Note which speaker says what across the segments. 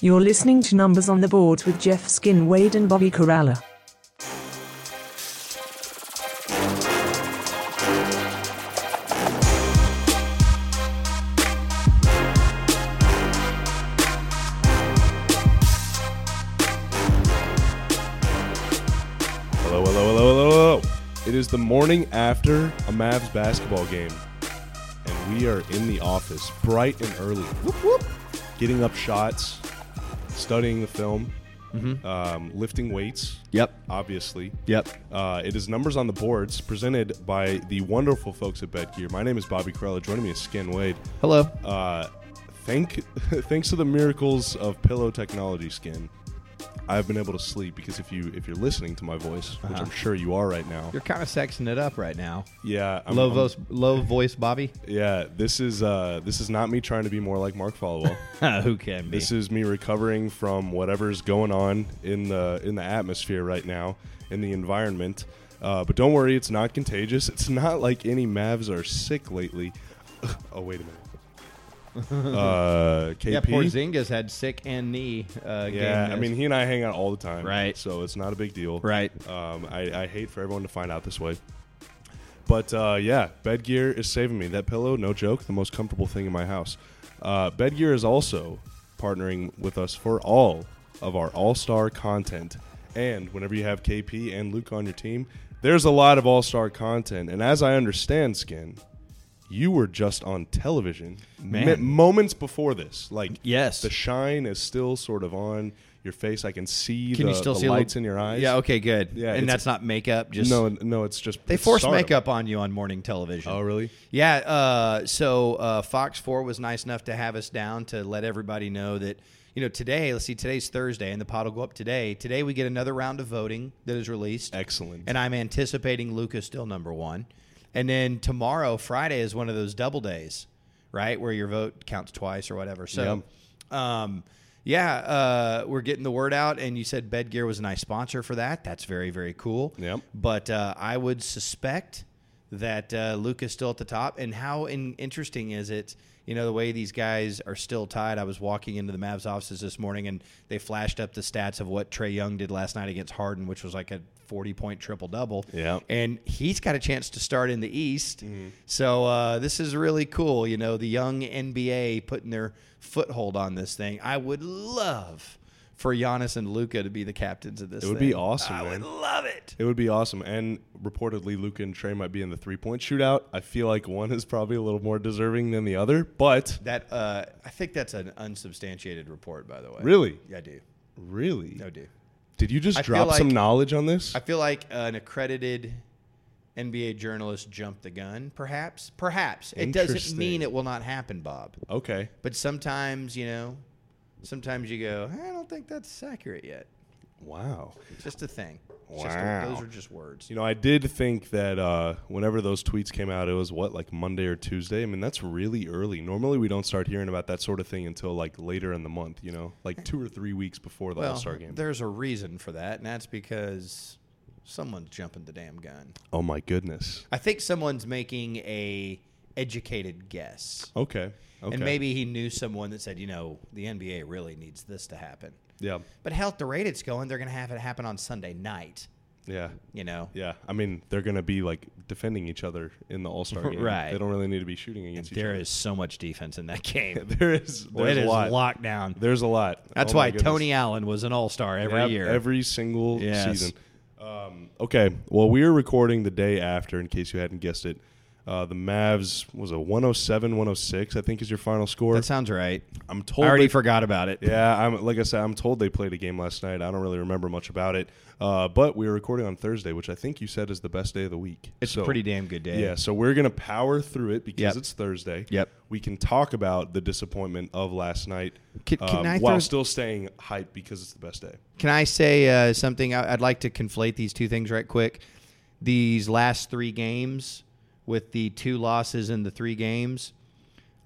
Speaker 1: You're listening to Numbers on the Boards with Jeff Skinwade and Bobby Corralla.
Speaker 2: Hello, hello, hello, hello, hello. It is the morning after a Mavs basketball game, and we are in the office bright and early, whoop, whoop, getting up shots, studying the film, um, lifting weights.
Speaker 3: Yep.
Speaker 2: Obviously.
Speaker 3: Yep.
Speaker 2: Uh, it is Numbers on the Boards presented by the wonderful folks at Bedgear. My name is Bobby Corella. Joining me is Skin Wade.
Speaker 3: Hello.
Speaker 2: Uh, thank, thanks to the miracles of pillow technology, Skin, I've been able to sleep because if you if you're listening to my voice, which I'm sure you are right now,
Speaker 3: Uh-huh. You're kind of sexing it up right now.
Speaker 2: yeah, I'm,
Speaker 3: low
Speaker 2: I'm-
Speaker 3: voice, low voice, Bobby.
Speaker 2: yeah, this is uh, this is not me trying to be more like Mark Falwell.
Speaker 3: Who can be?
Speaker 2: this is me recovering from whatever's going on in the in the atmosphere right now, in the environment. Uh, but don't worry, it's not contagious. It's not like any Mavs are sick lately. oh wait a minute. Uh, KP.
Speaker 3: yeah, Porzingis had sick and knee. Uh,
Speaker 2: Yeah,
Speaker 3: game
Speaker 2: I mean, he and I hang out all the time.
Speaker 3: Right.
Speaker 2: So it's not a big deal.
Speaker 3: Right.
Speaker 2: Um, I, I hate for everyone to find out this way. But uh, yeah, bed gear is saving me. That pillow, no joke, the most comfortable thing in my house. Uh, bed gear is also partnering with us for all of our all star content. And whenever you have KP and Luke on your team, there's a lot of all star content. And as I understand, Skin, you were just on television
Speaker 3: Man.
Speaker 2: moments before this. Like,
Speaker 3: Yes.
Speaker 2: the shine is still sort of on your face. I can see
Speaker 3: can
Speaker 2: the,
Speaker 3: you still
Speaker 2: the
Speaker 3: see a
Speaker 2: lights
Speaker 3: little-
Speaker 2: in your eyes.
Speaker 3: Yeah. Okay. Good.
Speaker 2: Yeah,
Speaker 3: And
Speaker 2: it's-
Speaker 3: that's not makeup. Just
Speaker 2: no, no, it's just
Speaker 3: They
Speaker 2: it's
Speaker 3: force
Speaker 2: stardom.
Speaker 3: makeup on you on morning television.
Speaker 2: Oh, really?
Speaker 3: Yeah. Uh, so uh, Fox Four was nice enough to have us down to let everybody know that you know today. Let's see, today's Thursday, and the pod will go up today. Today we get another round of voting that is released.
Speaker 2: Excellent.
Speaker 3: And I'm anticipating Luca's still number one. And then tomorrow, Friday, is one of those double days, right, where your vote counts twice or whatever. So, um, yeah, uh, we're getting the word out. And you said Bedgear was a nice sponsor for that. That's very, very cool.
Speaker 2: Yep.
Speaker 3: But uh, I would suspect that uh, Luke is still at the top. And how in- interesting is it? You know, the way these guys are still tied. I was walking into the Mavs offices this morning and they flashed up the stats of what Trey Young did last night against Harden, which was like a 40 point triple double.
Speaker 2: Yeah.
Speaker 3: And he's got a chance to start in the East.
Speaker 2: Mm-hmm.
Speaker 3: So uh, this is really cool. You know, the young NBA putting their foothold on this thing. I would love for Giannis and Luca to be the captains of this
Speaker 2: It would be
Speaker 3: thing.
Speaker 2: awesome,
Speaker 3: I
Speaker 2: man.
Speaker 3: would love it.
Speaker 2: It would be awesome. And reportedly, Luke and Trey might be in the three point shootout. I feel like one is probably a little more deserving than the other, but
Speaker 3: That uh, I think that's an unsubstantiated report, by the way.
Speaker 2: Really?
Speaker 3: Yeah, I do.
Speaker 2: really,
Speaker 3: I do.
Speaker 2: did you just
Speaker 3: I feel
Speaker 2: drop some
Speaker 3: like-
Speaker 2: knowledge on this?
Speaker 3: I feel like an accredited NBA journalist jumped the gun, perhaps. Perhaps. It doesn't
Speaker 2: Interesting.
Speaker 3: mean it will not happen, Bob.
Speaker 2: okay,
Speaker 3: But sometimes, you know, sometimes you go, I don't think that's accurate yet.
Speaker 2: wow.
Speaker 3: It's just a thing. It's just a-
Speaker 2: Wow.
Speaker 3: those are just words.
Speaker 2: You know, I did think that uh, whenever those tweets came out, it was what like Monday or Tuesday. I mean, that's really early. Normally, we don't start hearing about that sort of thing until like later in the month. You know, like two or three weeks before the All
Speaker 3: Well,
Speaker 2: Star game.
Speaker 3: there's a reason for that, and that's because someone's jumping the damn gun.
Speaker 2: Oh my goodness.
Speaker 3: I think someone's making a educated guess.
Speaker 2: Okay. Okay.
Speaker 3: And maybe he knew someone that said, you know, the NBA really needs this to happen.
Speaker 2: Yeah.
Speaker 3: But hell, at the rate it's going, they're going to have it happen on Sunday night,
Speaker 2: Yeah.
Speaker 3: you know?
Speaker 2: Yeah. I mean, they're gonna be like defending each other in the All Star game.
Speaker 3: Right.
Speaker 2: They don't really need to be shooting against each
Speaker 3: There is so much defense in that game.
Speaker 2: other. There is. There's
Speaker 3: it
Speaker 2: a
Speaker 3: is
Speaker 2: lot.
Speaker 3: locked down.
Speaker 2: There's a lot.
Speaker 3: That's
Speaker 2: Oh my
Speaker 3: why
Speaker 2: goodness.
Speaker 3: Tony Allen was an all star every
Speaker 2: Ev-
Speaker 3: year.
Speaker 2: Every single
Speaker 3: Yes.
Speaker 2: season. Um, okay. Well, we are recording the day after, in case you hadn't guessed it. Uh, the Mavs was oh a 107 106, I think is your final score.
Speaker 3: that sounds right.
Speaker 2: I'm told.
Speaker 3: I already
Speaker 2: they-
Speaker 3: forgot about it.
Speaker 2: Yeah, I'm like I said, I'm told they played a game last night. I don't really remember much about it. Uh, but we were recording on Thursday, which I think you said is the best day of the week.
Speaker 3: It's
Speaker 2: So-
Speaker 3: a pretty damn good day.
Speaker 2: Yeah, so we're gonna power through it because
Speaker 3: Yep.
Speaker 2: it's Thursday.
Speaker 3: Yep.
Speaker 2: We can talk about the disappointment of last night um,
Speaker 3: Can- can I
Speaker 2: while
Speaker 3: throw-
Speaker 2: still staying hyped because it's the best day.
Speaker 3: Can I say uh, something? I- I'd like to conflate these two things right quick. These last three games, with the two losses in the three games,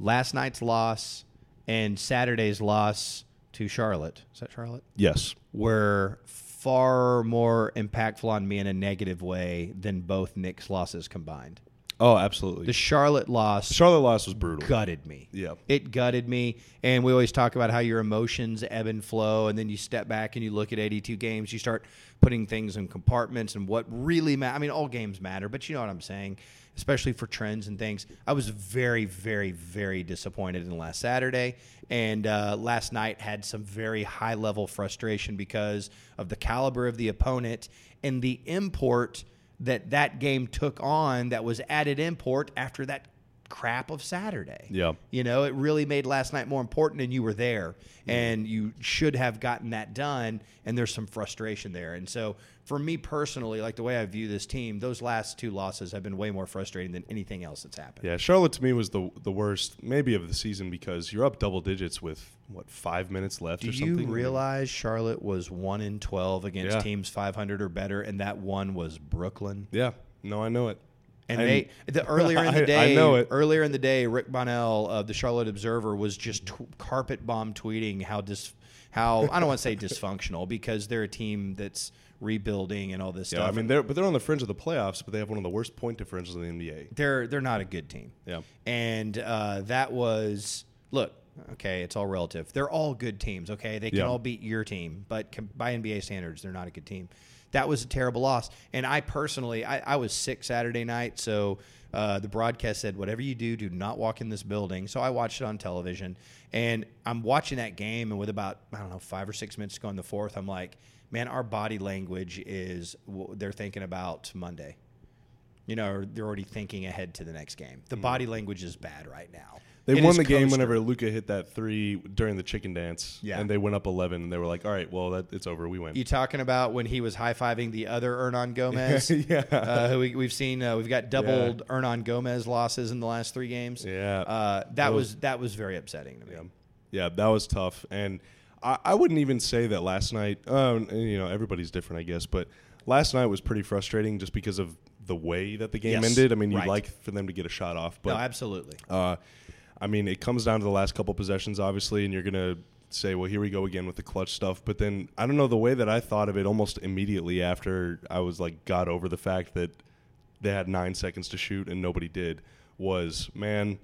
Speaker 3: last night's loss and Saturday's loss to Charlotte. Is that Charlotte?
Speaker 2: Yes.
Speaker 3: were far more impactful on me in a negative way than both Knicks losses combined.
Speaker 2: Oh, absolutely.
Speaker 3: The Charlotte loss
Speaker 2: Charlotte loss was brutal.
Speaker 3: gutted me.
Speaker 2: Yeah.
Speaker 3: It gutted me. And we always talk about how your emotions ebb and flow. And then you step back and you look at 82 games. You start putting things in compartments and what really matters. I mean, all games matter, but you know what I'm saying, especially for trends and things. I was very, very, very disappointed in last Saturday. And uh, last night had some very high level frustration because of the caliber of the opponent and the import that that game took on that was added import after that crap of Saturday.
Speaker 2: Yeah.
Speaker 3: You know, it really made last night more important, and you were there, and you should have gotten that done. And there's some frustration there. And so, for me personally, like the way I view this team, those last two losses have been way more frustrating than anything else that's happened.
Speaker 2: Yeah, Charlotte to me was the the worst maybe of the season because you're up double digits with what five minutes left
Speaker 3: Do
Speaker 2: or something.
Speaker 3: you realize Charlotte was one in twelve against
Speaker 2: Yeah.
Speaker 3: teams 500 or better, and that one was Brooklyn?
Speaker 2: Yeah, no, I know it.
Speaker 3: And
Speaker 2: And-
Speaker 3: they the earlier in
Speaker 2: I- I
Speaker 3: the day,
Speaker 2: know it.
Speaker 3: earlier in the day, Rick Bonnell of the Charlotte Observer was just t- carpet bomb tweeting how dis how I don't want to say dysfunctional because they're a team that's rebuilding and all this
Speaker 2: Yeah,
Speaker 3: stuff.
Speaker 2: I mean they're but they're on the fringe of the playoffs, but they have one of the worst point differentials in the NBA.
Speaker 3: they're they're not a good team.
Speaker 2: Yeah.
Speaker 3: And uh, that was look. Okay, it's all relative. They're all good teams. Okay, they can
Speaker 2: Yeah.
Speaker 3: all beat your team, but com- by NBA standards, they're not a good team. That was a terrible loss. And I personally, I, I was sick Saturday night, so uh, the broadcast said, "Whatever you do, do not walk in this building." So I watched it on television, and I'm watching that game, and with about I don't know five or six minutes to go in the fourth, I'm like, "Man, our body language is w- they're thinking about Monday." you know, they're already thinking ahead to the next game. The body language is bad right now.
Speaker 2: Mm. They
Speaker 3: It
Speaker 2: won
Speaker 3: is
Speaker 2: the game
Speaker 3: coaster.
Speaker 2: whenever Luca hit that three during the chicken dance.
Speaker 3: Yeah.
Speaker 2: and they went up eleven, and they were like, "All right, well, that it's over. We win."
Speaker 3: You talking about when he was high fiving the other Hernan Gomez?
Speaker 2: Yeah.
Speaker 3: uh, who we, we've seen. Uh, we've got doubled Hernan Gomez losses in the last three games.
Speaker 2: Yeah.
Speaker 3: uh, that was that was very upsetting to me.
Speaker 2: Yeah, that was tough. And I, I wouldn't even say that last night, um, and, you know, everybody's different, I guess, but last night was pretty frustrating just because of the way that the game
Speaker 3: Yes,
Speaker 2: ended. I mean, you'd
Speaker 3: right.
Speaker 2: like for them to get a shot off,
Speaker 3: No,
Speaker 2: but
Speaker 3: absolutely.
Speaker 2: uh, I mean, it comes down to the last couple possessions, obviously, and you're going to say, well, here we go again with the clutch stuff. But then I don't know, the way that I thought of it almost immediately after I was like, got over the fact that they had nine seconds to shoot and nobody did was, man,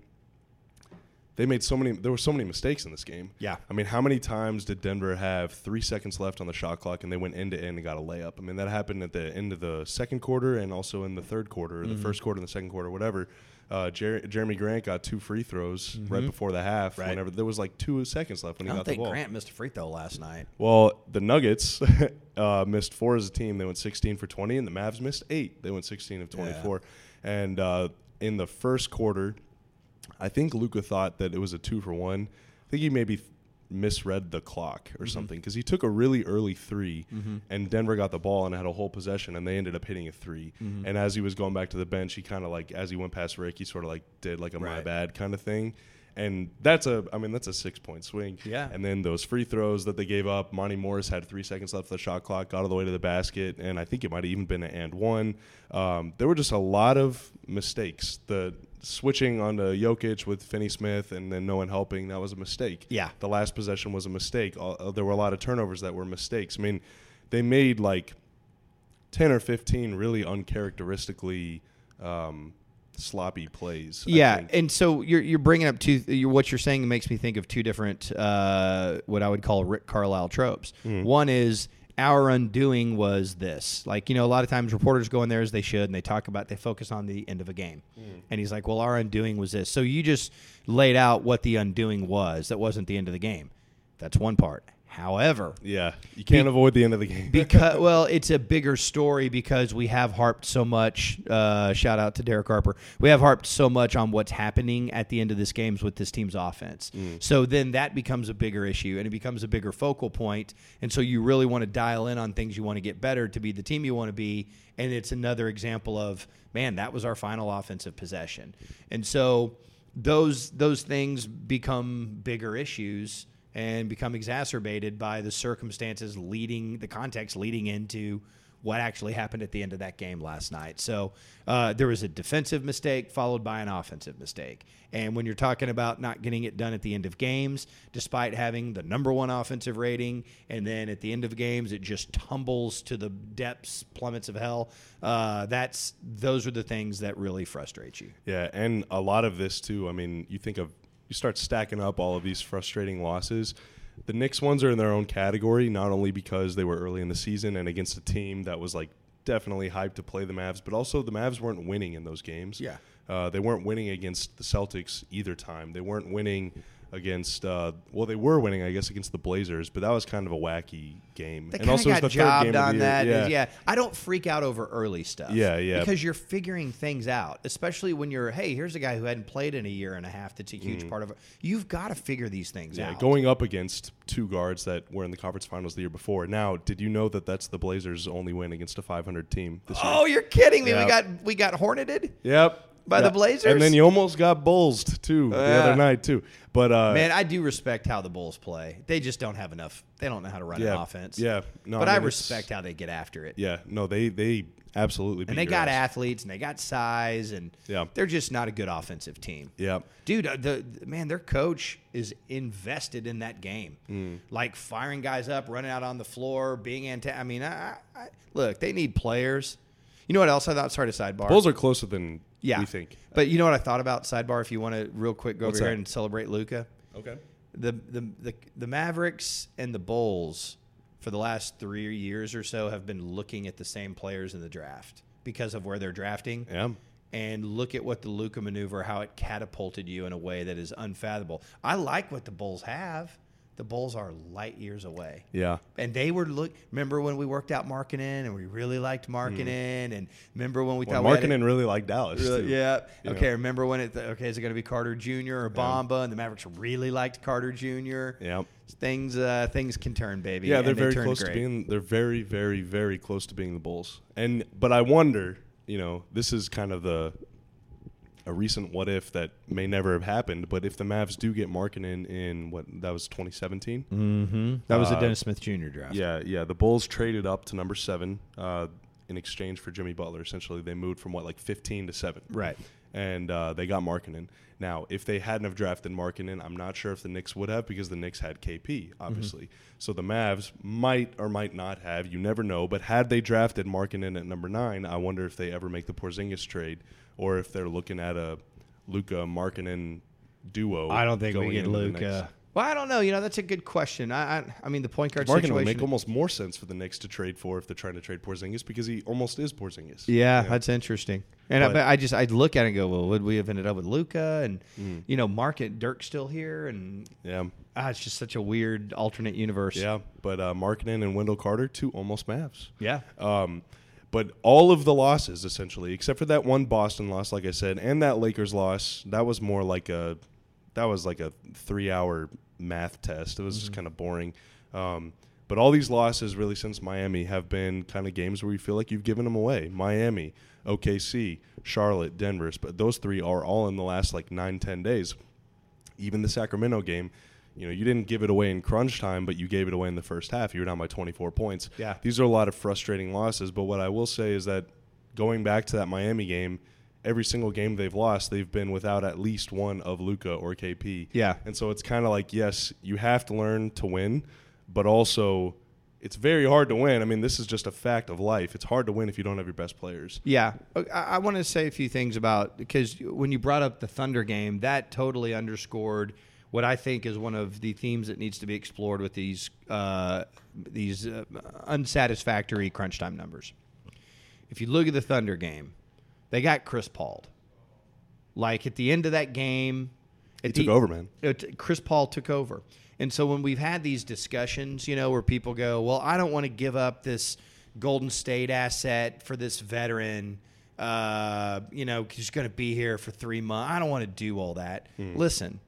Speaker 2: they made so many there were so many mistakes in this game
Speaker 3: Yeah.
Speaker 2: i mean how many times did denver have three seconds left on the shot clock and they went end to end and got a layup i mean that happened at the end of the second quarter and also in the third quarter or
Speaker 3: Mm-hmm.
Speaker 2: the first quarter and the second quarter whatever uh, Jer- jeremy grant got two free throws right before the half
Speaker 3: Mm-hmm. Right.
Speaker 2: whenever there was like two seconds left when he
Speaker 3: I don't
Speaker 2: got the
Speaker 3: think
Speaker 2: ball
Speaker 3: Grant missed a free throw last night.
Speaker 2: well the nuggets uh, missed four as a team they went 16 for 20 and the mavs missed eight they went 16 of 24 and uh, in the first quarter I think Luca thought that it was a two for one. I think he maybe misread the clock
Speaker 3: Mm-hmm.
Speaker 2: or something because he took a really early 3 and Denver got the ball and had a whole possession and they ended up hitting a 3
Speaker 3: Mm-hmm.
Speaker 2: And as he was going back to the bench, he kind of like as he went past Rick, he sort of like did like a my
Speaker 3: Right.
Speaker 2: bad kind of thing. And that's a, I mean, that's a six point swing.
Speaker 3: Yeah.
Speaker 2: And then those free throws that they gave up, Monty Morris had three seconds left of the shot clock, got all the way to the basket, and I think it might have even been an and one. Um, there were just a lot of mistakes. The switching onto Jokic with Finney Smith and then no one helping, that was a mistake.
Speaker 3: Yeah.
Speaker 2: The last possession was a mistake. All- uh, there were a lot of turnovers that were mistakes. I mean, they made like 10 or 15 really uncharacteristically um, sloppy plays. I
Speaker 3: yeah,
Speaker 2: think.
Speaker 3: and so you're you're bringing up two. You're, what you're saying makes me think of two different uh, what I would call Rick Carlisle tropes.
Speaker 2: Mm.
Speaker 3: One is our undoing was this. Like you know, a lot of times reporters go in there as they should, and they talk about they focus on the end of a game.
Speaker 2: Mm.
Speaker 3: And he's like, "Well, our undoing was this." So you just laid out what the undoing was. That wasn't the end of the game. That's one part. However,
Speaker 2: Yeah. You can't avoid the end of the game.
Speaker 3: because well, it's a bigger story because we have harped so much. Uh, shout out to Derek Harper. We have harped so much on what's happening at the end of this games with this team's offense. So then that becomes a bigger issue and it becomes a bigger focal point. And so you really want to dial in on things you want to get better to be the team you want to be. And it's another example of man, that was our final offensive possession. And so those those things become bigger issues and become exacerbated by the circumstances leading the context leading into what actually happened at the end of that game last night. So uh, there was a defensive mistake followed by an offensive mistake. And when you're talking about not getting it done at the end of games, despite having the number one offensive rating, and then at the end of games it just tumbles to the depths, plummets of hell. Uh, that's those are the things that really frustrate you.
Speaker 2: Yeah, and a lot of this too. I mean, you think of you start stacking up all of these frustrating losses. The Knicks ones are in their own category, not only because they were early in the season and against a team that was like definitely hyped to play the Mavs, but also the Mavs weren't winning in those games.
Speaker 3: Yeah.
Speaker 2: uh, they weren't winning against the Celtics either time. They weren't winning against uh, well, they were winning, I guess, against the Blazers, but that was kind of a wacky game.
Speaker 3: They
Speaker 2: and
Speaker 3: kind of
Speaker 2: also,
Speaker 3: got
Speaker 2: it's the third game of
Speaker 3: jobbed on
Speaker 2: the year.
Speaker 3: that. Yeah. I don't freak out over early stuff.
Speaker 2: Yeah, yeah.
Speaker 3: Because you're figuring things out, especially when you're, hey, here's a guy who hadn't played in a year and a half. That's a huge part of it. You've got to figure these things
Speaker 2: Mm-hmm. Yeah,
Speaker 3: out.
Speaker 2: going up against two guards that were in the conference finals the year before. Now, did you know that that's the Blazers' only win against a 500 team this year?
Speaker 3: Oh, you're kidding me!
Speaker 2: Yeah.
Speaker 3: We got we got horneted.
Speaker 2: Yep.
Speaker 3: By the
Speaker 2: Yeah.
Speaker 3: Blazers?
Speaker 2: And then you almost got bullsed too the
Speaker 3: Yeah.
Speaker 2: other night too. But uh
Speaker 3: Man, I do respect how the Bulls play. They just don't have enough. They don't know how to run an
Speaker 2: Yeah.
Speaker 3: offense.
Speaker 2: Yeah. No,
Speaker 3: but
Speaker 2: I
Speaker 3: I,
Speaker 2: mean, it's-
Speaker 3: respect how they get after it.
Speaker 2: yeah, no, they they absolutely beat
Speaker 3: and they
Speaker 2: your
Speaker 3: got
Speaker 2: ass.
Speaker 3: athletes and they got size and
Speaker 2: Yeah.
Speaker 3: they're just not a good offensive team.
Speaker 2: Yeah.
Speaker 3: Dude, uh, the, the- man, their coach is invested in that game,
Speaker 2: Mm.
Speaker 3: like firing guys up, running out on the floor, being anti. I mean, I, I, I- look, they need players. You know what else I thought? Sorry to sidebar.
Speaker 2: Bulls are closer than
Speaker 3: yeah,
Speaker 2: we think.
Speaker 3: But you know what I thought about sidebar? If you want to, real quick, go
Speaker 2: What's
Speaker 3: over here
Speaker 2: that?
Speaker 3: and celebrate Luca.
Speaker 2: Okay.
Speaker 3: The, the the the Mavericks and the Bulls for the last three years or so have been looking at the same players in the draft because of where they're drafting
Speaker 2: Yeah.
Speaker 3: and look at what the Luca maneuver, how it catapulted you in a way that is unfathomable. I like what the Bulls have. The Bulls are light years away.
Speaker 2: Yeah.
Speaker 3: And they were look. Remember when we worked out marketing, and we really liked marketing, and remember when we
Speaker 2: Mm-hmm. Well,
Speaker 3: thought we had
Speaker 2: marketing
Speaker 3: it-
Speaker 2: really like Dallas.
Speaker 3: Really-
Speaker 2: too.
Speaker 3: yeah.
Speaker 2: Yeah.
Speaker 3: Okay. Remember when it? Okay, is it going to be Carter Jr. or Bamba? And the Mavericks really liked Carter Jr.
Speaker 2: Yeah.
Speaker 3: Things uh, things can turn, baby.
Speaker 2: Yeah,
Speaker 3: and
Speaker 2: they're
Speaker 3: they
Speaker 2: very
Speaker 3: turned
Speaker 2: close
Speaker 3: great.
Speaker 2: to being. They're very, very, very close to being the Bulls. And but I wonder, you know, this is kind of the a recent what if that may never have happened. But if the Mavs do get marketing in what that was 2017,
Speaker 3: Mm-hmm. That was a Dennis Smith Jr. draft.
Speaker 2: uh, yeah, yeah, the Bulls traded up to number seven uh, in exchange for Jimmy Butler. Essentially, they moved from what like 15 to seven,
Speaker 3: Right.
Speaker 2: And uh, they got Markkinen. Now, if they hadn't have drafted Markkinen, I'm not sure if the Knicks would have because the Knicks had KP,
Speaker 3: Mm-hmm.
Speaker 2: obviously. So the Mavs might or might not have. You never know. But had they drafted Markkinen at number nine, I wonder if they ever make the Porzingis trade or if they're looking at a Luca Markkinen duo. going into the next-
Speaker 3: Well, I don't know. You know, that's a good question. I I, I mean, the point guard
Speaker 2: Markin would
Speaker 3: situation.
Speaker 2: make almost more sense for the Knicks to trade for if they're trying to trade Porzingis because he almost is Porzingis.
Speaker 3: yeah, that's interesting. And I,
Speaker 2: But-
Speaker 3: but I just I'd look at it and go, well, would we have ended up with Luca and
Speaker 2: Mm.
Speaker 3: you know, Market Dirk's still here and
Speaker 2: Yeah,
Speaker 3: ah, it's just such a weird alternate universe.
Speaker 2: yeah. But uh, Markkinen and Wendell Carter, two almost Mavs.
Speaker 3: yeah.
Speaker 2: Um, but all of the losses essentially, except for that one Boston loss, like I said, and that Lakers loss, that was more like a that was like a three-hour math test. It was just kind of boring. Um, but all these losses really since Miami have been kind of games where you feel like you've given them away. Miami, OKC, Charlotte, Denver, but those three are all in the last like nine, ten days. even the Sacramento game, you know, you didn't give it away in crunch time, but you gave it away in the first half. You were down by 24 points.
Speaker 3: Yeah.
Speaker 2: These are a lot of frustrating losses, but what I will say is that going back to that Miami game, every single game they've lost, they've been without at least one of Luca or KP.
Speaker 3: Yeah.
Speaker 2: And so it's kind of like, yes, you have to learn to win, but also it's very hard to win. I mean, this is just a fact of life. It's hard to win if you don't have your best players.
Speaker 3: Yeah, I, I want to say a few things about because when you brought up the Thunder game, that totally underscored what I think is one of the themes that needs to be explored with these uh, these uh, unsatisfactory crunch time numbers. If you look at the Thunder game, they got Chris Paul. Like at the end of that game,
Speaker 2: He took over, man.
Speaker 3: it, uh, Chris Paul took over. And so when we've had these discussions, you know, where people go, well, I don't want to give up this Golden State asset for this veteran, uh, you know, 'cause he's going to be here for three months. I don't want to do all that. Listen,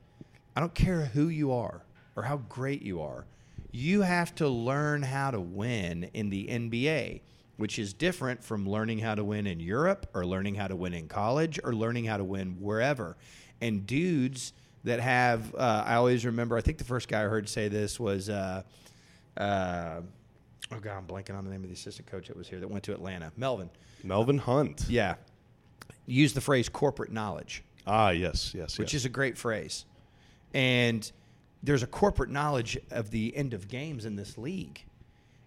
Speaker 3: I don't care who you are or how great you are. You have to learn how to win in the NBA, which is different from learning how to win in Europe or learning how to win in college or learning how to win wherever. And dudes that have, uh, I always remember, I think the first guy I heard say this was, uh, uh, oh god, I'm blanking on the name of the assistant coach that was here that went to Atlanta, Melvin.
Speaker 2: Melvin Hunt.
Speaker 3: Yeah, use the phrase corporate knowledge,
Speaker 2: Ah, yes, yes,
Speaker 3: which
Speaker 2: yes.
Speaker 3: is a great phrase, and there's a corporate knowledge of the end of games in this league.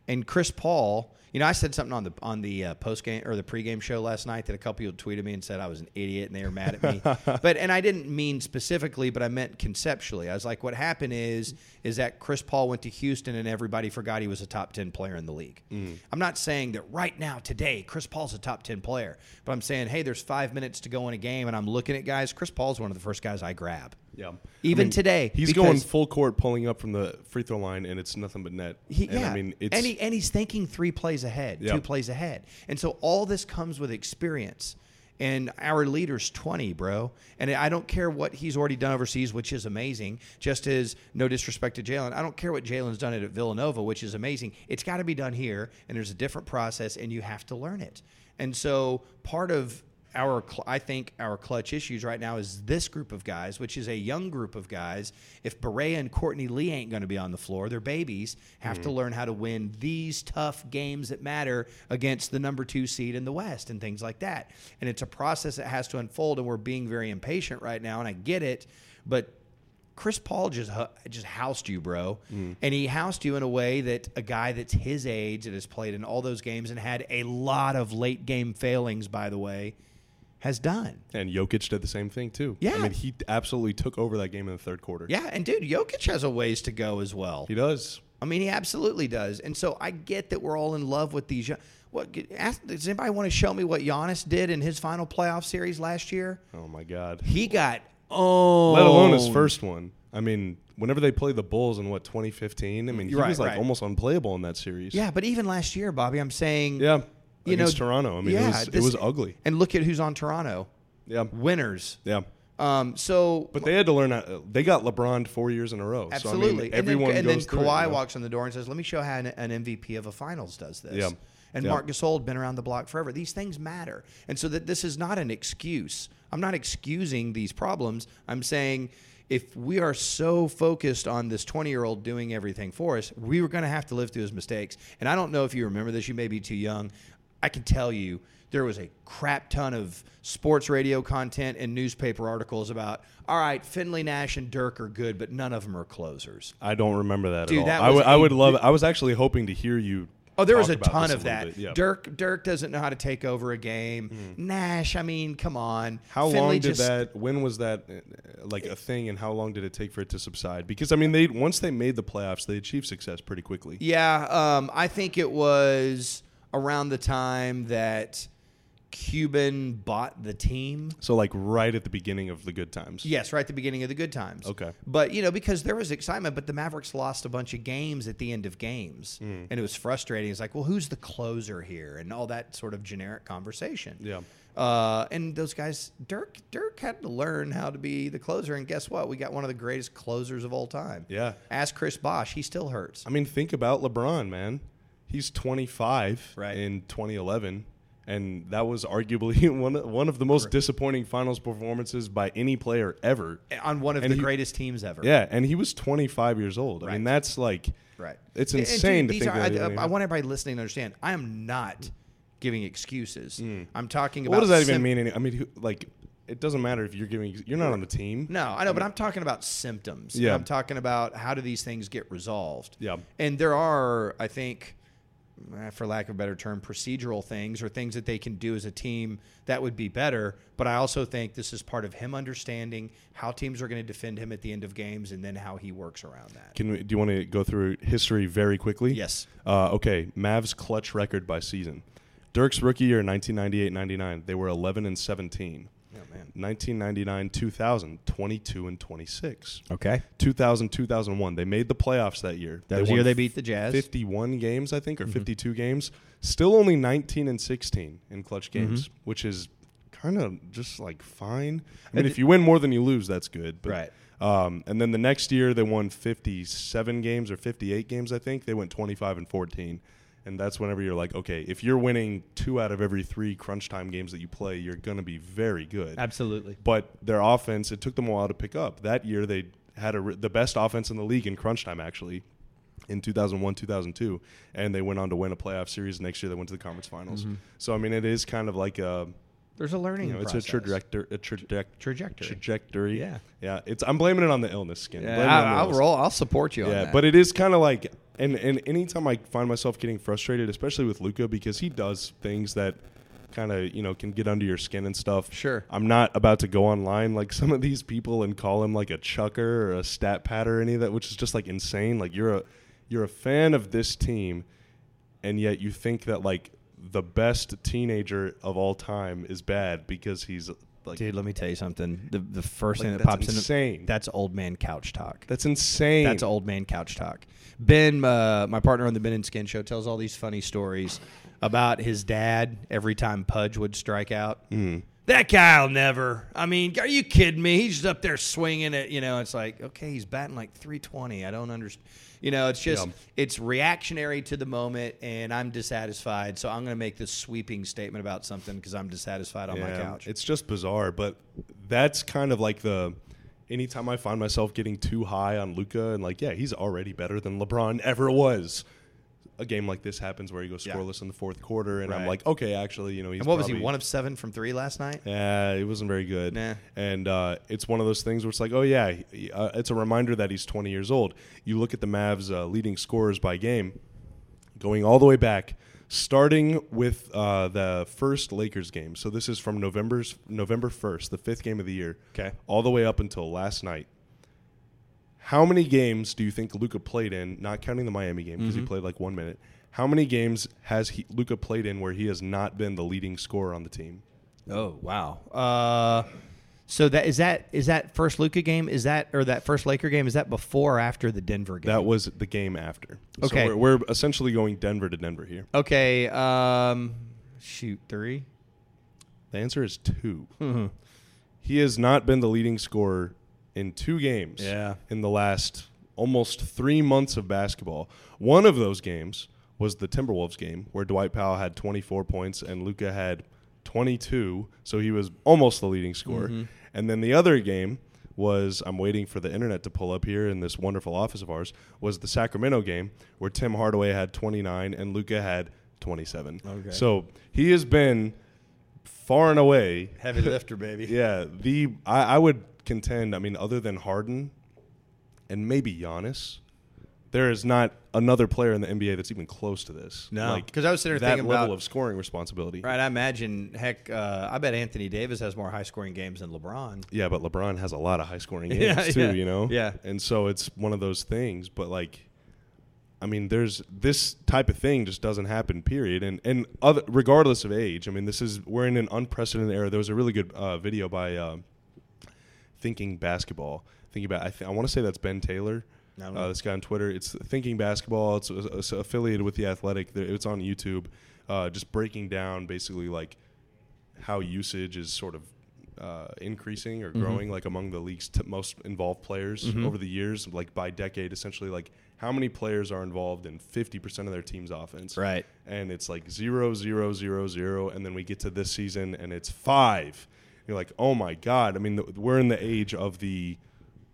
Speaker 3: And Chris Paul, you know, I said something on the on the uh, post game or the pregame show last night that a couple people tweeted me and said I was an idiot and they were mad at me. but and I didn't mean specifically, but I meant conceptually. I was like, what happened is is that Chris Paul went to Houston and everybody forgot he was a top ten player in the league. I'm not saying that right now today Chris Paul's a top ten player, but I'm saying hey, there's five minutes to go in a game and I'm looking at guys. Chris Paul's one of the first guys I grab.
Speaker 2: yeah.
Speaker 3: Even today,
Speaker 2: He's going
Speaker 3: because-
Speaker 2: full court, pulling up from the free throw line, and it's nothing but net.
Speaker 3: He,
Speaker 2: and
Speaker 3: yeah,
Speaker 2: I mean, it's
Speaker 3: and, he, and he's thinking three plays ahead,
Speaker 2: Yeah.
Speaker 3: two plays ahead, and so all this comes with experience. And our leader's twenty, bro. And I don't care what he's already done overseas, which is amazing. Just as no disrespect to Jalen, I don't care what Jalen's done at Villanova, which is amazing. It's got to be done here, and there's a different process, and you have to learn it. And so part of our cl- I think our clutch issues right now is this group of guys, which is a young group of guys. If Berea and Courtney Lee ain't going to be on the floor, their babies have to learn how to win these tough games that matter against the number two seed in the West and things like that. And it's a process that has to unfold, and we're being very impatient right now, and I get it, but. Chris Paul just hu- just housed you, bro, and he housed you in a way that a guy that's his age that has played in all those games and had a lot of late game failings, by the way, has done.
Speaker 2: and Jokic did the same thing too.
Speaker 3: Yeah.
Speaker 2: I mean, he absolutely took over that game in the third quarter.
Speaker 3: Yeah, and dude, Jokic has a ways to go as well.
Speaker 2: he does.
Speaker 3: I mean, he absolutely does. And so I get that we're all in love with these. young- What ask, does anybody want to show me what Giannis did in his final playoff series last year?
Speaker 2: Oh my God.
Speaker 3: He got oh,
Speaker 2: Let alone his first one. I mean, whenever they played the Bulls in what 2015, I mean, he
Speaker 3: Right,
Speaker 2: was like
Speaker 3: right.
Speaker 2: almost unplayable in that series.
Speaker 3: Yeah, but even last year, Bobby, I'm saying,
Speaker 2: Yeah.
Speaker 3: you know,
Speaker 2: Against Toronto. I mean, it
Speaker 3: yeah,
Speaker 2: was
Speaker 3: this-
Speaker 2: it was ugly.
Speaker 3: And look at who's on Toronto.
Speaker 2: Yeah.
Speaker 3: winners.
Speaker 2: Yeah.
Speaker 3: Um, so
Speaker 2: But they had to learn how, they got LeBron 4 years in a row. So
Speaker 3: absolutely,
Speaker 2: I mean,
Speaker 3: and then,
Speaker 2: everyone
Speaker 3: and then
Speaker 2: goes through it, you
Speaker 3: Kawhi
Speaker 2: know?
Speaker 3: walks in the door and says, "Let me show how an, an MVP of a finals does this."
Speaker 2: Yeah.
Speaker 3: And
Speaker 2: Yeah.
Speaker 3: Mark Gasol had been around the block forever. These things matter, and so that this is not an excuse. I'm not excusing these problems. I'm saying if we are so focused on this 20 year old doing everything for us, we were going to have to live through his mistakes. And I don't know if you remember this. You may be too young. I can tell you there was a crap ton of sports radio content and newspaper articles about, all right, Finley Nash and Dirk are good, but none of them are closers.
Speaker 2: I don't remember that
Speaker 3: Dude,
Speaker 2: at all.
Speaker 3: that
Speaker 2: I
Speaker 3: was
Speaker 2: would- I
Speaker 3: a
Speaker 2: would love. I was actually hoping to hear you.
Speaker 3: Oh, there was
Speaker 2: talk
Speaker 3: a
Speaker 2: about
Speaker 3: ton
Speaker 2: this
Speaker 3: of
Speaker 2: little
Speaker 3: that.
Speaker 2: bit. Yeah. Hmm.
Speaker 3: Dirk Dirk doesn't know how to take over a game. Nash, I mean, come on.
Speaker 2: How
Speaker 3: Finley
Speaker 2: long did
Speaker 3: just-
Speaker 2: that? When was that uh, like a thing? And how long did it take for it to subside? Because I mean, they once they made the playoffs, they achieved success pretty quickly.
Speaker 3: Yeah, um, I think it was around the time that Cuban bought the team.
Speaker 2: So like right at the beginning of the good times.
Speaker 3: Yes, right at the beginning of the good times.
Speaker 2: Okay.
Speaker 3: But, you know, because there was excitement, but the Mavericks lost a bunch of games at the end of games.
Speaker 2: Hmm.
Speaker 3: And it was frustrating. It's like, well, who's the closer here? And all that sort of generic conversation.
Speaker 2: Yeah.
Speaker 3: Uh, and those guys, Dirk, Dirk had to learn how to be the closer. And guess what? We got one of the greatest closers of all time.
Speaker 2: Yeah.
Speaker 3: Ask Chris Bosch. He still hurts.
Speaker 2: I mean, think about LeBron, man. He's 25
Speaker 3: Right.
Speaker 2: in 2011, and that was arguably one of- one of the most disappointing finals performances by any player ever.
Speaker 3: On one of
Speaker 2: And
Speaker 3: the
Speaker 2: he-
Speaker 3: greatest teams ever.
Speaker 2: Yeah, and he was 25 years old. I mean,
Speaker 3: Right.
Speaker 2: that's like
Speaker 3: Right.
Speaker 2: It's
Speaker 3: And- and
Speaker 2: insane
Speaker 3: dude,
Speaker 2: to
Speaker 3: these
Speaker 2: think
Speaker 3: are-
Speaker 2: that.
Speaker 3: I, I, I want everybody listening to understand. I am not giving excuses. I'm talking
Speaker 2: Hmm.
Speaker 3: about
Speaker 2: what does that even
Speaker 3: sym-
Speaker 2: mean? Any- I mean, who, like, it doesn't matter if you're giving. You're not on the team.
Speaker 3: No, I know, but I'm talking about symptoms. And
Speaker 2: Yeah.
Speaker 3: I'm talking about how do these things get resolved.
Speaker 2: Yeah.
Speaker 3: And there are, I think, eh, for lack of a better term, procedural things or things that they can do as a team that would be better. But I also think this is part of him understanding how teams are going to defend him at the end of games and then how he works around that.
Speaker 2: Can we, do you want to go through history very quickly?
Speaker 3: Yes.
Speaker 2: Uh, okay, Mavs clutch record by season. Dirk's rookie year, 1998-99, they were 11 and 17.
Speaker 3: Oh, man.
Speaker 2: 1999-2000, 22 and 26.
Speaker 3: Okay.
Speaker 2: 2000-2001, they made the playoffs that year.
Speaker 3: That was the
Speaker 2: won
Speaker 3: year they beat the Jazz. Mm-hmm.
Speaker 2: 51 games, I think, or 52 games. Still only 19 and 16 in clutch
Speaker 3: Mm-hmm.
Speaker 2: games, which is kind of just like fine. I mean, if you win more than you lose, that's good. But
Speaker 3: Right.
Speaker 2: um, and then the next year they won 57 games or 58 games, I think. They went 25 and 14. And that's whenever you're like, okay, if you're winning two out of every three crunch time games that you play, you're going to be very good.
Speaker 3: Absolutely.
Speaker 2: But their offense, it took them a while to pick up. That year they had a, re- the best offense in the league in crunch time, actually. in 2001 2002 and they went on to win a playoff series next year they went to the conference finals
Speaker 3: Mm-hmm.
Speaker 2: so i mean it is kind of like a
Speaker 3: There's a learning.
Speaker 2: you know, it's a
Speaker 3: process.
Speaker 2: trajectory a trajec-
Speaker 3: Trajectory.
Speaker 2: trajectory
Speaker 3: Yeah.
Speaker 2: yeah it's i'm blaming it on the illness skin Blame it on the
Speaker 4: I, will
Speaker 2: illness.
Speaker 4: roll. I'll support you. on
Speaker 2: yeah
Speaker 4: that.
Speaker 2: but it is kind of like and and anytime i find myself getting frustrated especially with luca because he does things that kind of you know can get under your skin and stuff
Speaker 4: Sure.
Speaker 2: i'm not about to go online like some of these people and call him like a chucker or a stat pat or any of that which is just like insane like you're a you're a fan of this team and yet you think that like the best teenager of all time is bad because he's like
Speaker 3: Dude, let me tell you something. The the first
Speaker 2: Like,
Speaker 3: thing that
Speaker 2: that's
Speaker 3: pops
Speaker 2: insane.
Speaker 3: in that's old man couch talk.
Speaker 2: that's insane
Speaker 3: That's old man couch talk. Ben, uh, my partner on the Ben and Skin show, tells all these funny stories about his dad every time Pudge would strike out.
Speaker 2: Hmm.
Speaker 3: That guy'll never. I mean, are you kidding me? He's just up there swinging it. You know, it's like okay, he's batting like 320. I don't understand. You know, it's just
Speaker 2: Yeah.
Speaker 3: it's reactionary to the moment, and I'm dissatisfied. So I'm going to make this sweeping statement about something because I'm dissatisfied on my
Speaker 2: Yeah,
Speaker 3: couch.
Speaker 2: It's just bizarre, but that's kind of like the anytime I find myself getting too high on Luca and like, yeah, he's already better than LeBron ever was. A game like this happens where he goes
Speaker 3: Yeah.
Speaker 2: scoreless in the fourth quarter, and I'm
Speaker 3: Right.
Speaker 2: like, okay, actually, you know, he's
Speaker 3: and what was he?
Speaker 2: probably-
Speaker 3: One of seven from three last night.
Speaker 2: yeah, he wasn't very good.
Speaker 3: Nah.
Speaker 2: And uh, it's one of those things where it's like, oh, yeah, he- uh, it's a reminder that he's 20 years old. You look at the Mavs' uh, leading scorers by game, going all the way back, starting with uh, the first Lakers game. So this is from November's November 1st, the fifth game of the year.
Speaker 3: Okay.
Speaker 2: All the way up until last night. How many games do you think Luca played in, not counting the Miami game
Speaker 3: Mm-hmm.
Speaker 2: because he played like one minute? How many games has he, Luca played in where he has not been the leading scorer on the team?
Speaker 3: Oh wow! Uh, so that is that is that first Luca game? Is that or that first Laker game? Is that before or after the Denver game?
Speaker 2: That was the game after.
Speaker 3: Okay.
Speaker 2: So we're, we're essentially going Denver to Denver here.
Speaker 3: okay. Um, shoot, three.
Speaker 2: The answer is 2
Speaker 3: Mm-hmm.
Speaker 2: He has not been the leading scorer in two games
Speaker 3: Yeah.
Speaker 2: in the last almost three months of basketball. One of those games was the Timberwolves game where Dwight Powell had 24 points and Luca had 22, so he was almost the leading scorer.
Speaker 3: Mm-hmm.
Speaker 2: And then the other game was I'm waiting for the internet to pull up here in this wonderful office of ours was the Sacramento game where Tim Hardaway had 29 and Luca had 27.
Speaker 3: Okay.
Speaker 2: So he has been far and away,
Speaker 3: Heavy lifter, baby.
Speaker 2: yeah, the I, I would contend. I mean, other than Harden and maybe Giannis, there is not another player in the NBA that's even close to this.
Speaker 3: No.
Speaker 2: Like,
Speaker 3: 'Cause I was sitting there
Speaker 2: that
Speaker 3: thinking
Speaker 2: level
Speaker 3: about-
Speaker 2: of scoring responsibility.
Speaker 3: Right. I imagine. Heck, uh, I bet Anthony Davis has more high scoring games than LeBron.
Speaker 2: Yeah, but LeBron has a lot of high scoring games
Speaker 3: Yeah,
Speaker 2: too,
Speaker 3: yeah.
Speaker 2: you know?
Speaker 3: Yeah.
Speaker 2: And so it's one of those things, but like I mean, there's this type of thing just doesn't happen, period. And and other, regardless of age, I mean, this is we're in an unprecedented era. There was a really good uh, video by uh, Thinking Basketball. Thinking about, I, th- I want to say that's Ben Taylor.
Speaker 3: I don't know.
Speaker 2: Uh, this guy on Twitter. It's Thinking Basketball. It's, it's affiliated with the Athletic. There- It's on YouTube. Uh, just breaking down basically like how usage is sort of uh, increasing
Speaker 3: Mm-hmm.
Speaker 2: or growing, like among the league's t- most involved players over the years, like by decade, essentially, like how many players are involved in 50% of their team's offense.
Speaker 3: Right.
Speaker 2: And it's like zero, zero, zero, zero. And then we get to this season and it's five. You're like, oh my God. I mean, th- we're in the age of the,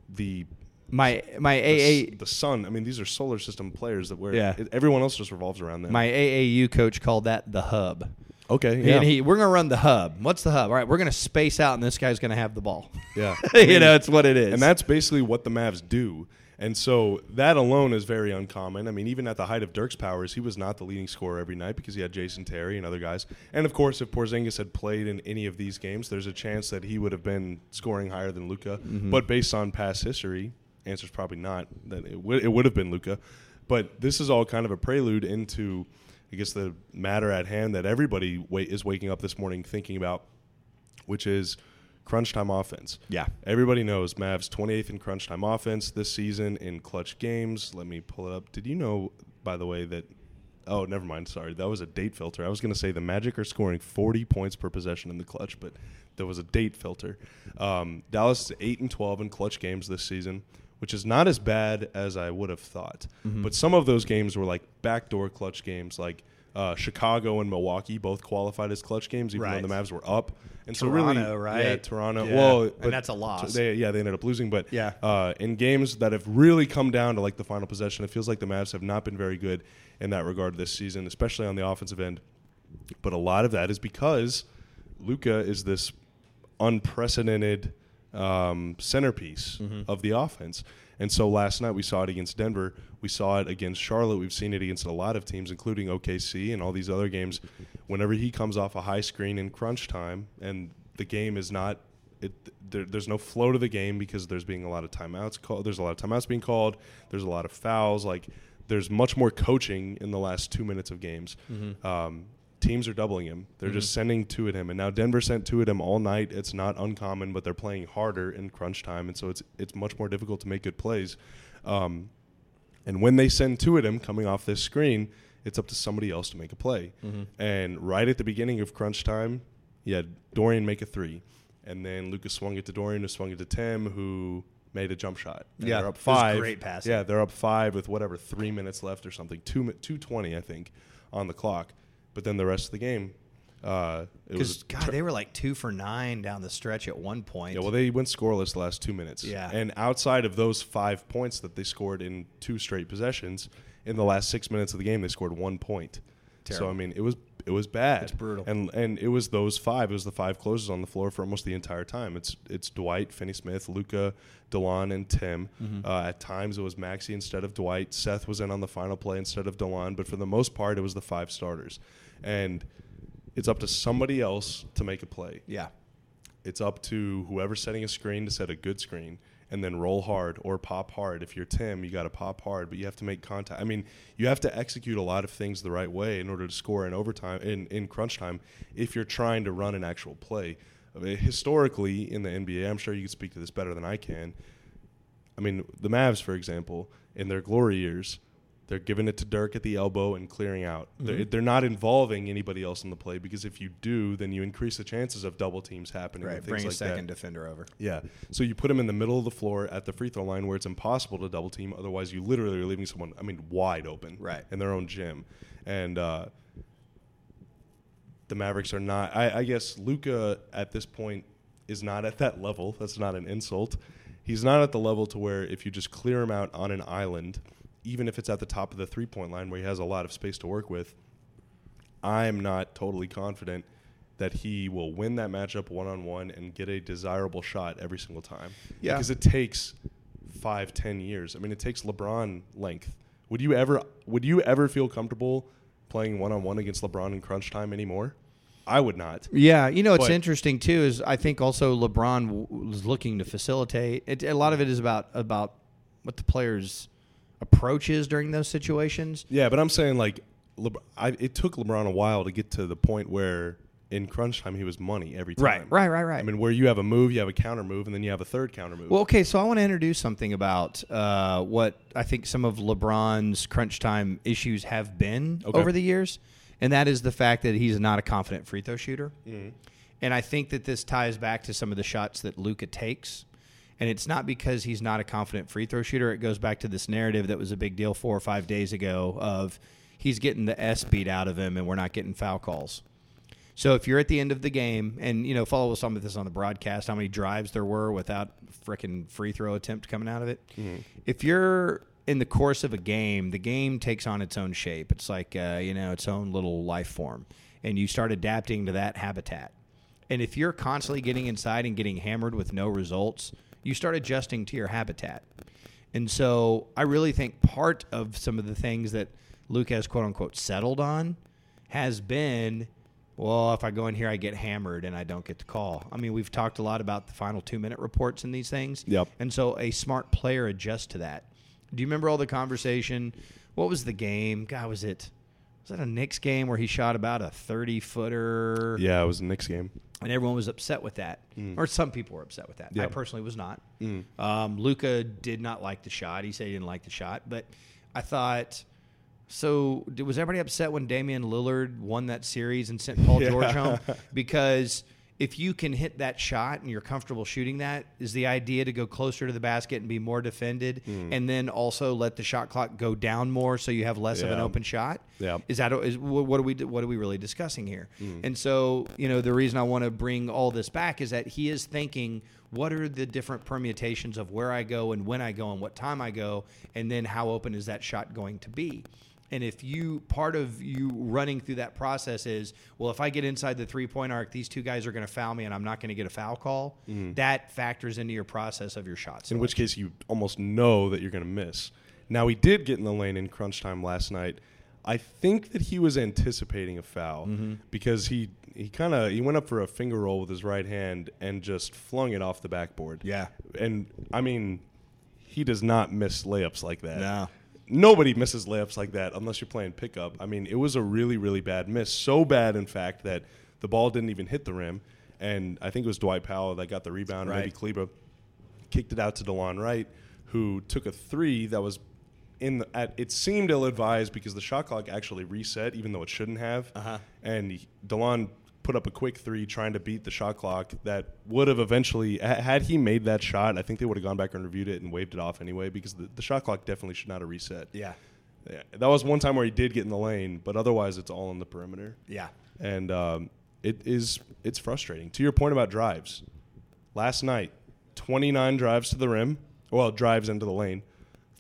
Speaker 2: the,
Speaker 3: My my
Speaker 2: the,
Speaker 3: AA
Speaker 2: s- the sun. I mean, these are solar system players that we're,
Speaker 3: Yeah.
Speaker 2: it, everyone else just revolves around them.
Speaker 3: my AAU coach called that the hub.
Speaker 2: okay. Yeah.
Speaker 3: And he, we're gonna run the hub. What's the hub? All right, we're gonna space out, and this guy's gonna have the ball.
Speaker 2: yeah.
Speaker 3: you know, it's what it is.
Speaker 2: And that's basically what the Mavs do. And so that alone is very uncommon. I mean, even at the height of Dirk's powers, he was not the leading scorer every night because he had Jason Terry and other guys. And of course, if Porzingis had played in any of these games, there's a chance that he would have been scoring higher than Luca. But based on past history, answer's probably not that it would it would have been Luca. But this is all kind of a prelude into, I guess, the matter at hand that everybody wa- is waking up this morning thinking about which is crunch time offense.
Speaker 3: Yeah.
Speaker 2: Everybody knows Mavs 28th in crunch time offense this season in clutch games. Let me pull it up. Did you know, by the way, that. Oh, never mind. Sorry. That was a date filter. I was going to say the Magic are scoring 40 points per possession in the clutch, but there was a date filter. Um, Dallas is 8 and 12 in clutch games this season, which is not as bad as I would have thought. But some of those games were like backdoor clutch games, like Uh, Chicago and Milwaukee both qualified as clutch games, even
Speaker 3: Right.
Speaker 2: though the Mavs were up. And so really,
Speaker 3: Toronto, right?
Speaker 2: Yeah, Toronto.
Speaker 3: Yeah.
Speaker 2: Well,
Speaker 3: And
Speaker 2: but
Speaker 3: that's a loss.
Speaker 2: They, yeah, they ended up losing, but
Speaker 3: Yeah.
Speaker 2: uh, in games that have really come down to like the final possession, it feels like the Mavs have not been very good in that regard this season, especially on the offensive end. But a lot of that is because Luca is this unprecedented um, centerpiece of the offense. And so last night we saw it against Denver. We saw it against Charlotte. We've seen it against a lot of teams, including OKC and all these other games. Whenever he comes off a high screen in crunch time and the game is not it, there, there's no flow to the game because there's being a lot of timeouts called. There's a lot of timeouts being called. There's a lot of fouls. Like there's much more coaching in the last two minutes of games. Um, teams are doubling him. They're just sending two at him, and now Denver sent two at him all night. It's not uncommon, but they're playing harder in crunch time, and so it's it's much more difficult to make good plays. Um, and when they send two at him coming off this screen, it's up to somebody else to make a play.
Speaker 3: Mm-hmm.
Speaker 2: And right at the beginning of crunch time, he had Dorian make a three. And then Lucas swung it to Dorian, who swung it to Tim, who made a jump shot. And
Speaker 3: Yeah,
Speaker 2: they're up
Speaker 3: it was
Speaker 2: five.
Speaker 3: great passing.
Speaker 2: Yeah, they're up five with whatever three minutes left or something. Two mi- two twenty, I think, on the clock. But then the rest of the game, uh, it
Speaker 3: Because
Speaker 2: was
Speaker 3: God, they were like two for nine down the stretch at one point.
Speaker 2: yeah, well, they went scoreless the last two minutes.
Speaker 3: Yeah.
Speaker 2: And outside of those five points that they scored in two straight possessions, in the last six minutes of the game, they scored one point. So I mean, it was it was bad. It's
Speaker 3: brutal.
Speaker 2: And and it was those five. It was the five closers on the floor for almost the entire time. It's it's Dwight, Finney Smith, Luca, Delon, and Tim.
Speaker 3: Mm-hmm.
Speaker 2: Uh, at times it was Maxi instead of Dwight. Seth was in on the final play instead of Delon. But for the most part, it was the five starters, and it's up to somebody else to make a play
Speaker 3: yeah,
Speaker 2: it's up to whoever's setting a screen to set a good screen and then roll hard or pop hard. If you're Tim, you got to pop hard, but you have to make contact. I mean, you have to execute a lot of things the right way in order to score in overtime in, in crunch time if you're trying to run an actual play. I mean, historically in the NBA, I'm sure you can speak to this better than I can. I mean, the Mavs, for example, in their glory years, they're giving it to Dirk at the elbow and clearing out. They're,
Speaker 3: Mm-hmm.
Speaker 2: they're not involving anybody else in the play because if you do, then you increase the chances of double teams happening.
Speaker 3: right.
Speaker 2: and things
Speaker 3: Bring a
Speaker 2: like
Speaker 3: second
Speaker 2: That.
Speaker 3: defender over.
Speaker 2: Yeah. So you put him in the middle of the floor at the free throw line where it's impossible to double team. Otherwise, you literally are leaving someone, I mean, wide open
Speaker 3: Right.
Speaker 2: in their own gym. And, uh, the Mavericks are not. I, I guess Luca at this point is not at that level. That's not an insult. He's not at the level to where if you just clear him out on an island, even if it's at the top of the three point line where he has a lot of space to work with, I'm not totally confident that he will win that matchup one on one and get a desirable shot every single time.
Speaker 3: Yeah.
Speaker 2: Because it takes five, ten years. I mean, it takes LeBron length. Would you ever would you ever feel comfortable playing one on one against LeBron in crunch time anymore? I would not.
Speaker 3: Yeah, you know what's
Speaker 2: But-
Speaker 3: interesting too is I think also LeBron w- was looking to facilitate. It, a lot of it is about about what the players' approach is during those situations.
Speaker 2: Yeah, but I'm saying like, LeBron, I, it took LeBron a while to get to the point where in crunch time he was money every time.
Speaker 3: Right, right, right, right.
Speaker 2: I mean, where you have a move, you have a counter move, and then you have a third counter move.
Speaker 3: Well, okay, so I want to introduce something about uh, what I think some of LeBron's crunch time issues have been
Speaker 2: Okay.
Speaker 3: over the years, and that is the fact that he's not a confident free throw shooter. And I think that this ties back to some of the shots that Luca takes. And it's not because he's not a confident free throw shooter. It goes back to this narrative that was a big deal four or five days ago of he's getting the S beat out of him and we're not getting foul calls. So if you're at the end of the game, and you know, follow us on with this on the broadcast, how many drives there were without frickin' free throw attempt coming out of it. If you're in the course of a game, the game takes on its own shape. It's like uh, you know, its own little life form, and you start adapting to that habitat. And if you're constantly getting inside and getting hammered with no results, you start adjusting to your habitat. And so I really think part of some of the things that Luke has quote unquote settled on has been well, if I go in here, I get hammered and I don't get the call. I mean, we've talked a lot about the final two minute reports and these things.
Speaker 2: Yep.
Speaker 3: And so a smart player adjusts to that. Do you remember all the conversation? What was the game? God, was it? Was that a Knicks game where he shot about a 30 footer?
Speaker 2: yeah, it was the Knicks game.
Speaker 3: and everyone was upset with that, or some people were upset with that. I
Speaker 2: Mm. Yeah. Mm.
Speaker 3: personally was not. Um, Luca did not like the shot. He said he didn't like the shot, but I thought. So did- was everybody upset when Damian Lillard won that series and sent Paul George home? Because if you can hit that shot and you're comfortable shooting that, is the idea to go closer to the basket and be more defended,
Speaker 2: Mm.
Speaker 3: and then also let the shot clock go down more so you have less of an
Speaker 2: Yeah.
Speaker 3: open shot?
Speaker 2: Yeah.
Speaker 3: Is that is wh- what are we what are we really discussing here? And so you know the reason I want to bring all this back is that he is thinking what are the different permutations of where I go and when I go and what time I go, and then how open is that shot going to be? And if you part of you running through that process is, well, if I get inside the three point arc, these two guys are going to foul me, and I'm not going to get a foul call. That factors into your process of your shots.
Speaker 2: In which case, you almost know that you're going to miss. Now, he did get in the lane in crunch time last night. I think that he was anticipating a foul
Speaker 3: Mm-hmm.
Speaker 2: because he he kind of he went up for a finger roll with his right hand and just flung it off the backboard.
Speaker 3: Yeah.
Speaker 2: and I mean, he does not miss layups like that.
Speaker 3: No.
Speaker 2: Nobody misses layups like that unless you're playing pickup. I mean, it was a really, really bad miss. So bad, in fact, that the ball didn't even hit the rim. And I think it was Dwight Powell that got the rebound, or maybe
Speaker 3: Right.
Speaker 2: Kleba kicked it out to DeLon Wright, who took a three that was in the, at, it seemed ill advised because the shot clock actually reset, even though it shouldn't have. Uh-huh. And he- DeLon put up a quick three trying to beat the shot clock that would have eventually, ha- had he made that shot, I think they would have gone back and reviewed it and waved it off anyway because the, the shot clock definitely should not have reset.
Speaker 3: Yeah,
Speaker 2: Yeah, that was one time where he did get in the lane, but otherwise it's all on the perimeter.
Speaker 3: yeah,
Speaker 2: And um, it is it's frustrating. To your point about drives, last night, 29 drives to the rim, well drives into the lane,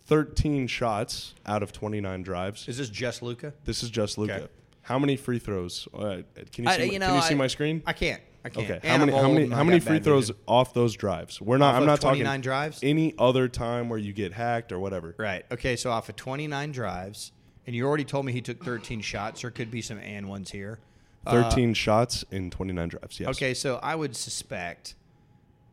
Speaker 2: 13 shots out of 29 drives.
Speaker 3: is this just Luca?
Speaker 2: this is just Luca.
Speaker 3: Okay.
Speaker 2: How many free throws? Uh, can you
Speaker 3: I-
Speaker 2: see, my,
Speaker 3: you know,
Speaker 2: can you see
Speaker 3: I-
Speaker 2: my screen?
Speaker 3: I can't. I can't.
Speaker 2: Okay. How
Speaker 3: And
Speaker 2: many?
Speaker 3: I'm
Speaker 2: How
Speaker 3: old
Speaker 2: many?
Speaker 3: and
Speaker 2: How
Speaker 3: I
Speaker 2: many
Speaker 3: got
Speaker 2: free
Speaker 3: bad
Speaker 2: throws
Speaker 3: vision.
Speaker 2: off those drives? We're not.
Speaker 3: Off
Speaker 2: I'm
Speaker 3: of
Speaker 2: not talking
Speaker 3: 29 drives?
Speaker 2: Any other time where you get hacked or whatever.
Speaker 3: Right. Okay. So off of 29 drives, and you already told me he took 13 shots. There could be some and ones here. Uh,
Speaker 2: 13 shots in 29 drives. Yes.
Speaker 3: okay. So I would suspect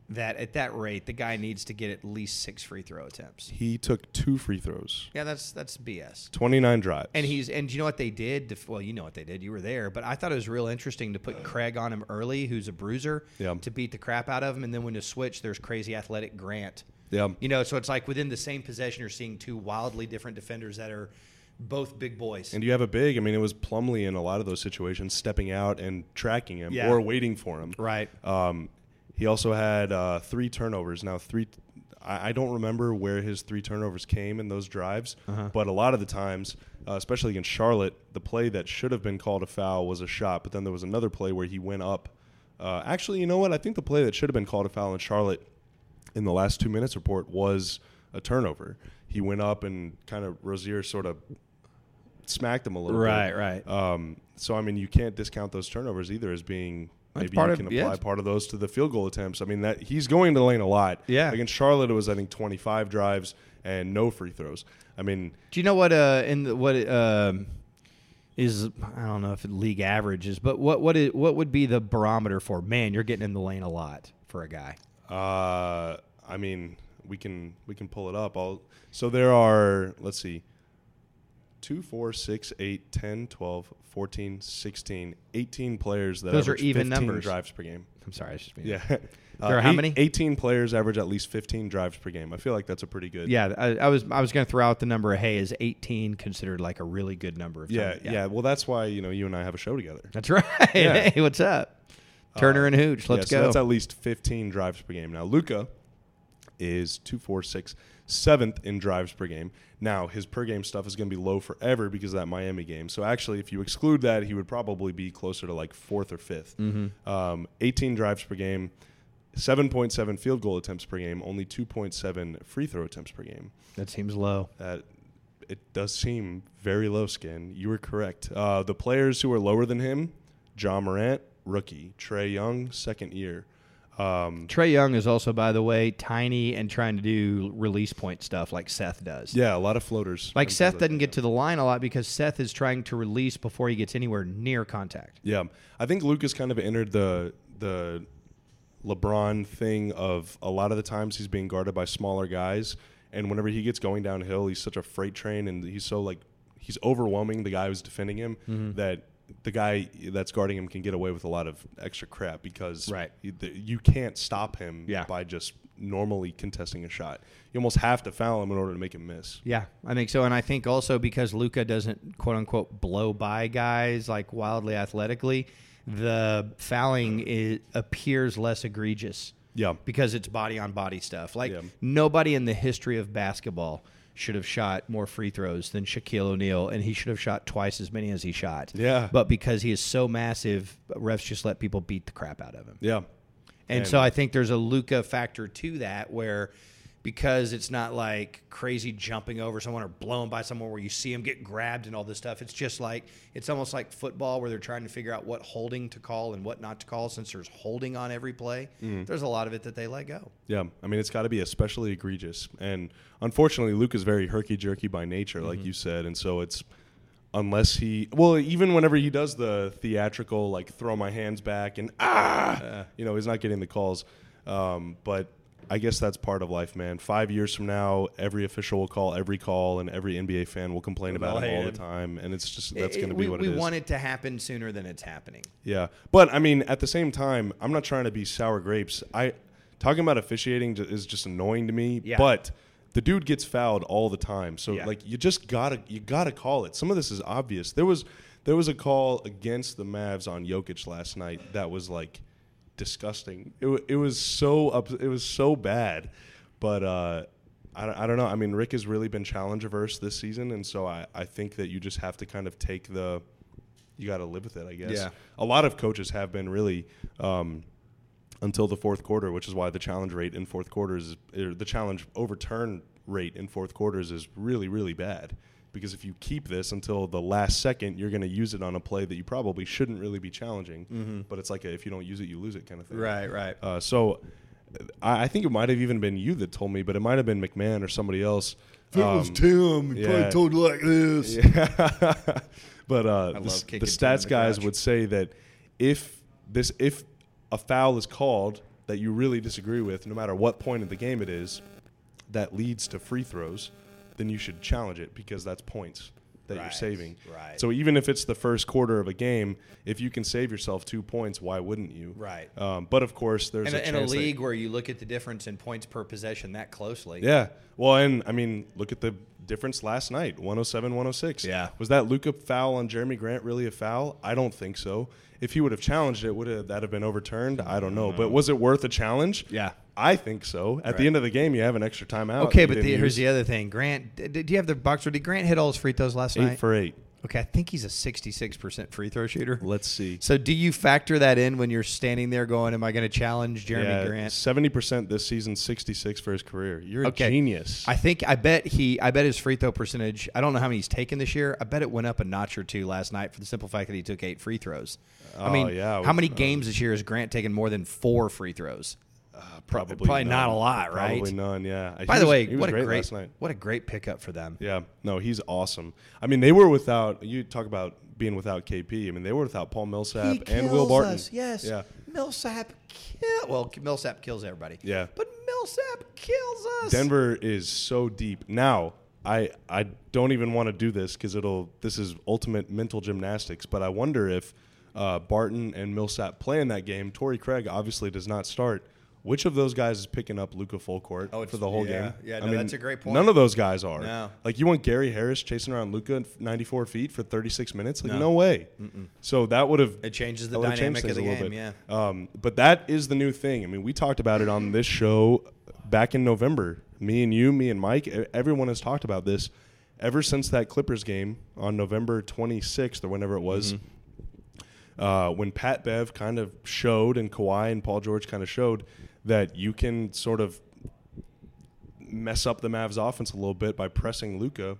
Speaker 3: that at that rate, the guy needs to get at least six free throw attempts.
Speaker 2: He took two free throws,
Speaker 3: Yeah, that's that's BS.
Speaker 2: 29 drives.
Speaker 3: And he's and you know what they did? Def- Well, you know what they did. You were there, but I thought it was real interesting to put Craig on him early, who's a bruiser,
Speaker 2: Yeah.
Speaker 3: to beat the crap out of him, and then when to switch, there's crazy athletic Grant.
Speaker 2: Yeah.
Speaker 3: You know, so it's like within the same possession, you're seeing two wildly different defenders that are both big boys.
Speaker 2: And you have a big. I mean, it was Plumlee in a lot of those situations, stepping out and tracking him
Speaker 3: Yeah.
Speaker 2: or waiting for him.
Speaker 3: right.
Speaker 2: Um, he also had uh, three turnovers. Now, three. I, I don't remember where his three turnovers came in those drives,
Speaker 3: Uh-huh.
Speaker 2: but a lot of the times, uh, especially against Charlotte, the play that should have been called a foul was a shot. But then there was another play where he went up. Uh, actually, you know what? I think the play that should have been called a foul in Charlotte in the last two minutes report was a turnover. He went up and kind of Rozier sort of smacked him a little bit.
Speaker 3: right.
Speaker 2: Um, so I mean, you can't discount those turnovers either as being
Speaker 3: That's
Speaker 2: maybe
Speaker 3: part
Speaker 2: you
Speaker 3: of-
Speaker 2: can apply
Speaker 3: yeah.
Speaker 2: part of those to the field goal attempts. I mean, that he's going to the lane a lot.
Speaker 3: Yeah.
Speaker 2: Against Charlotte, it was I think 25 drives and no free throws. I mean,
Speaker 3: Do you know what uh in the, what um is I don't know if it league averages, but what what is, what would be the barometer for man? You're getting in the lane a lot for a guy.
Speaker 2: uh, I mean, we can we can pull it up. I'll, so there are let's see. 2, 4, 6, 8, 10, 12, 14, 16, 18 players that
Speaker 3: Those are
Speaker 2: average
Speaker 3: even
Speaker 2: 15
Speaker 3: numbers.
Speaker 2: drives per game.
Speaker 3: I'm sorry, I was just being
Speaker 2: Yeah.
Speaker 3: There are how many?
Speaker 2: 18 players average at least 15 drives per game. I feel like that's a pretty good.
Speaker 3: Yeah, I, I was I was going to throw out the number. Hey, is 18 considered like a really good number? Of
Speaker 2: Yeah,
Speaker 3: time?
Speaker 2: yeah, Well, that's why you know you and I have a show together.
Speaker 3: that's right.
Speaker 2: Yeah. Uh,
Speaker 3: Hey, what's up, Turner and Hooch? Let's
Speaker 2: yeah, So
Speaker 3: go.
Speaker 2: that's at least 15 drives per game. Now Luca is two, four, six, seventh in drives per game. Now his per game stuff is going to be low forever because of that Miami game. So actually, if you exclude that, he would probably be closer to like fourth or 5th
Speaker 3: Mm-hmm.
Speaker 2: Um, 18 drives per game. 7.7 field goal attempts per game, only 2.7 free throw attempts per game.
Speaker 3: that seems low.
Speaker 2: That it does seem very low skin. You were correct. Uh, the players who are lower than him: John Morant, rookie; Trey Young, second year. Um,
Speaker 3: Trey Young is also, by the way, tiny and trying to do release point stuff like Seth does.
Speaker 2: yeah, a lot of floaters.
Speaker 3: Like
Speaker 2: and
Speaker 3: Seth
Speaker 2: things
Speaker 3: doesn't
Speaker 2: that.
Speaker 3: get to the line a lot because Seth is trying to release before he gets anywhere near contact.
Speaker 2: Yeah, I think Lucas kind of entered the the LeBron thing of a lot of the times he's being guarded by smaller guys, and whenever he gets going downhill, he's such a freight train, and he's so like he's overwhelming the guy who's defending him
Speaker 3: Mm-hmm.
Speaker 2: that the guy that's guarding him can get away with a lot of extra crap because
Speaker 3: Right.
Speaker 2: you, the, you can't stop him
Speaker 3: Yeah.
Speaker 2: by just normally contesting a shot. You almost have to foul him in order to make him miss.
Speaker 3: Yeah, I think so, and I think also because Luca doesn't quote unquote blow by guys like wildly athletically, the fouling is, appears less egregious.
Speaker 2: Yeah.
Speaker 3: because it's body on body stuff. Like
Speaker 2: Yeah.
Speaker 3: nobody in the history of basketball should have shot more free throws than Shaquille O'Neal, and he should have shot twice as many as he shot.
Speaker 2: Yeah.
Speaker 3: but because he is so massive, refs just let people beat the crap out of him.
Speaker 2: Yeah.
Speaker 3: And,
Speaker 2: And-
Speaker 3: so I think there's a Luca factor to that where because it's not like crazy jumping over someone or blowing by someone where you see him get grabbed and all this stuff. It's just like it's almost like football where they're trying to figure out what holding to call and what not to call since there's holding on every play.
Speaker 2: Mm.
Speaker 3: There's a lot of it that they let go.
Speaker 2: Yeah, I mean it's got to be especially egregious, and unfortunately, Luke is very herky jerky by nature, like
Speaker 3: Mm-hmm.
Speaker 2: you said, and so it's unless he well, even whenever he does the theatrical like throw my hands back and ah, you know, he's not getting the calls. Um, but I guess that's part of life, man. Five years from now, every official will call every call, and every NBA fan will complain about
Speaker 3: all
Speaker 2: it all
Speaker 3: hate
Speaker 2: the
Speaker 3: him.
Speaker 2: time, and it's just that's
Speaker 3: It-
Speaker 2: going to
Speaker 3: it-
Speaker 2: be
Speaker 3: we,
Speaker 2: what
Speaker 3: we
Speaker 2: it is.
Speaker 3: want it to happen sooner than it's happening.
Speaker 2: Yeah, but I mean, at the same time, I'm not trying to be sour grapes. I talking about officiating ju- is just annoying to me.
Speaker 3: Yeah.
Speaker 2: But the dude gets fouled all the time, so
Speaker 3: Yeah.
Speaker 2: like you just gotta you gotta call it. Some of this is obvious. There was there was a call against the Mavs on Jokic last night that was like disgusting. It, wa- it was so up, it was so bad, but. uh I don't, I don't know. I mean, Rick has really been challenge averse this season, and so I, I think that you just have to kind of take the, you got to live with it, I guess
Speaker 3: Yeah.
Speaker 2: a lot of coaches have been really um, until the fourth quarter, which is why the challenge rate in fourth quarters, is- er, the challenge overturn rate in fourth quarters is really, really bad. Because if you keep this until the last second, you're going to use it on a play that you probably shouldn't really be challenging. But it's like a, if you don't use it, you lose it kind of thing.
Speaker 3: right.
Speaker 2: Uh, so I, I think it might have even been you that told me, but it might have been McMahon or somebody else. Um,
Speaker 4: If it
Speaker 3: Um,
Speaker 4: was Tim, he
Speaker 2: yeah.
Speaker 4: probably told you like this.
Speaker 2: but uh, the,
Speaker 3: love
Speaker 2: s- the
Speaker 3: kicking Tim in
Speaker 2: stats
Speaker 3: the
Speaker 2: guys
Speaker 3: crotch.
Speaker 2: would say that if this if a foul is called that you really disagree with, no matter what point of the game it is, that leads to free throws, then you should challenge it because that's points that you're
Speaker 3: Right,
Speaker 2: saving.
Speaker 3: right.
Speaker 2: So even if it's the first quarter of a game, if you can save yourself two points, why wouldn't you?
Speaker 3: Right.
Speaker 2: Um, but of course, there's
Speaker 3: In
Speaker 2: a,
Speaker 3: a, in a
Speaker 2: chance that-
Speaker 3: league where you look at the difference in points per possession that closely,
Speaker 2: yeah. Well, and I mean, look at the difference last night 107 106.
Speaker 3: Yeah.
Speaker 2: Was that Luca foul on Jeremy Grant really a foul? I don't think so. If he would have challenged it, would have, that have been overturned? I don't know. But was it worth a challenge?
Speaker 3: Mm-hmm. Yeah.
Speaker 2: I think so. At the end of the game, you have an extra timeout.
Speaker 3: Okay,
Speaker 2: you
Speaker 3: but
Speaker 2: didn't
Speaker 3: the, here's
Speaker 2: use.
Speaker 3: the other thing. Grant, d- d- do you have the box score? Did Grant hit all his free throws last
Speaker 2: eight
Speaker 3: night?
Speaker 2: for eight.
Speaker 3: okay, I think he's a 66% free throw shooter.
Speaker 2: Let's see.
Speaker 3: So do you factor that in when you're standing there going, am I going to challenge Jeremy Grant?
Speaker 2: seventy percent this season, sixty-six for his career. You're a
Speaker 3: Okay.
Speaker 2: genius.
Speaker 3: I think I bet he I bet his free throw percentage, I don't know how many he's taken this year. I bet it went up a notch or two last night for the simple fact that he took eight free throws. I
Speaker 2: Oh,
Speaker 3: mean,
Speaker 2: yeah.
Speaker 3: how many
Speaker 2: Uh,
Speaker 3: games this year has Grant taken more than 4 free throws?
Speaker 2: Uh, probably
Speaker 3: probably not
Speaker 2: none.
Speaker 3: a lot, right?
Speaker 2: Probably none. Yeah. He
Speaker 3: By the
Speaker 2: was-
Speaker 3: way,
Speaker 2: he was
Speaker 3: what
Speaker 2: great
Speaker 3: a great
Speaker 2: last night.
Speaker 3: what a great pickup for them.
Speaker 2: Yeah, no, he's awesome. I mean, they were without. You talk about being without KP. I mean, they were without Paul Millsap and Will Barton.
Speaker 3: Yes.
Speaker 2: Yeah.
Speaker 3: Millsap kill. Well, Millsap kills everybody.
Speaker 2: Yeah.
Speaker 3: But Millsap kills us.
Speaker 2: Denver is so deep now. I I don't even want to do this because it'll. This is ultimate mental gymnastics. But I wonder if uh, Barton and Millsap play in that game. Torrey Craig obviously does not start. Which of those guys is picking up Luca Fullcourt
Speaker 3: Oh, it's-
Speaker 2: for the whole
Speaker 3: yeah,
Speaker 2: game?
Speaker 3: yeah,
Speaker 2: I
Speaker 3: no,
Speaker 2: mean,
Speaker 3: that's a great point.
Speaker 2: None of those guys are.
Speaker 3: No.
Speaker 2: Like you want Gary Harris chasing around Luca 94 feet for 36 minutes? Like no, way. So that would have
Speaker 3: It changes the
Speaker 2: that would've
Speaker 3: dynamic
Speaker 2: changed things
Speaker 3: of the
Speaker 2: a little
Speaker 3: game,
Speaker 2: bit.
Speaker 3: yeah.
Speaker 2: Um, but that is the new thing. I mean, we talked about it on this show back in November. Me and you, me and Mike, e- everyone has talked about this ever since that Clippers game on November 26th or whenever it was.
Speaker 3: Mm-hmm.
Speaker 2: Uh, when Pat Bev kind of showed and Kawhi and Paul George kind of showed that you can sort of mess up the Mavs offense a little bit by pressing Luca.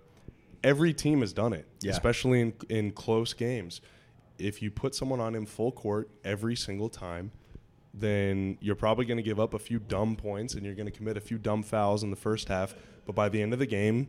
Speaker 2: Every team has done it,
Speaker 3: Yeah.
Speaker 2: especially in in close games. If you put someone on him full court every single time, then you're probably going to give up a few dumb points and you're going to commit a few dumb fouls in the first half. But by the end of the game,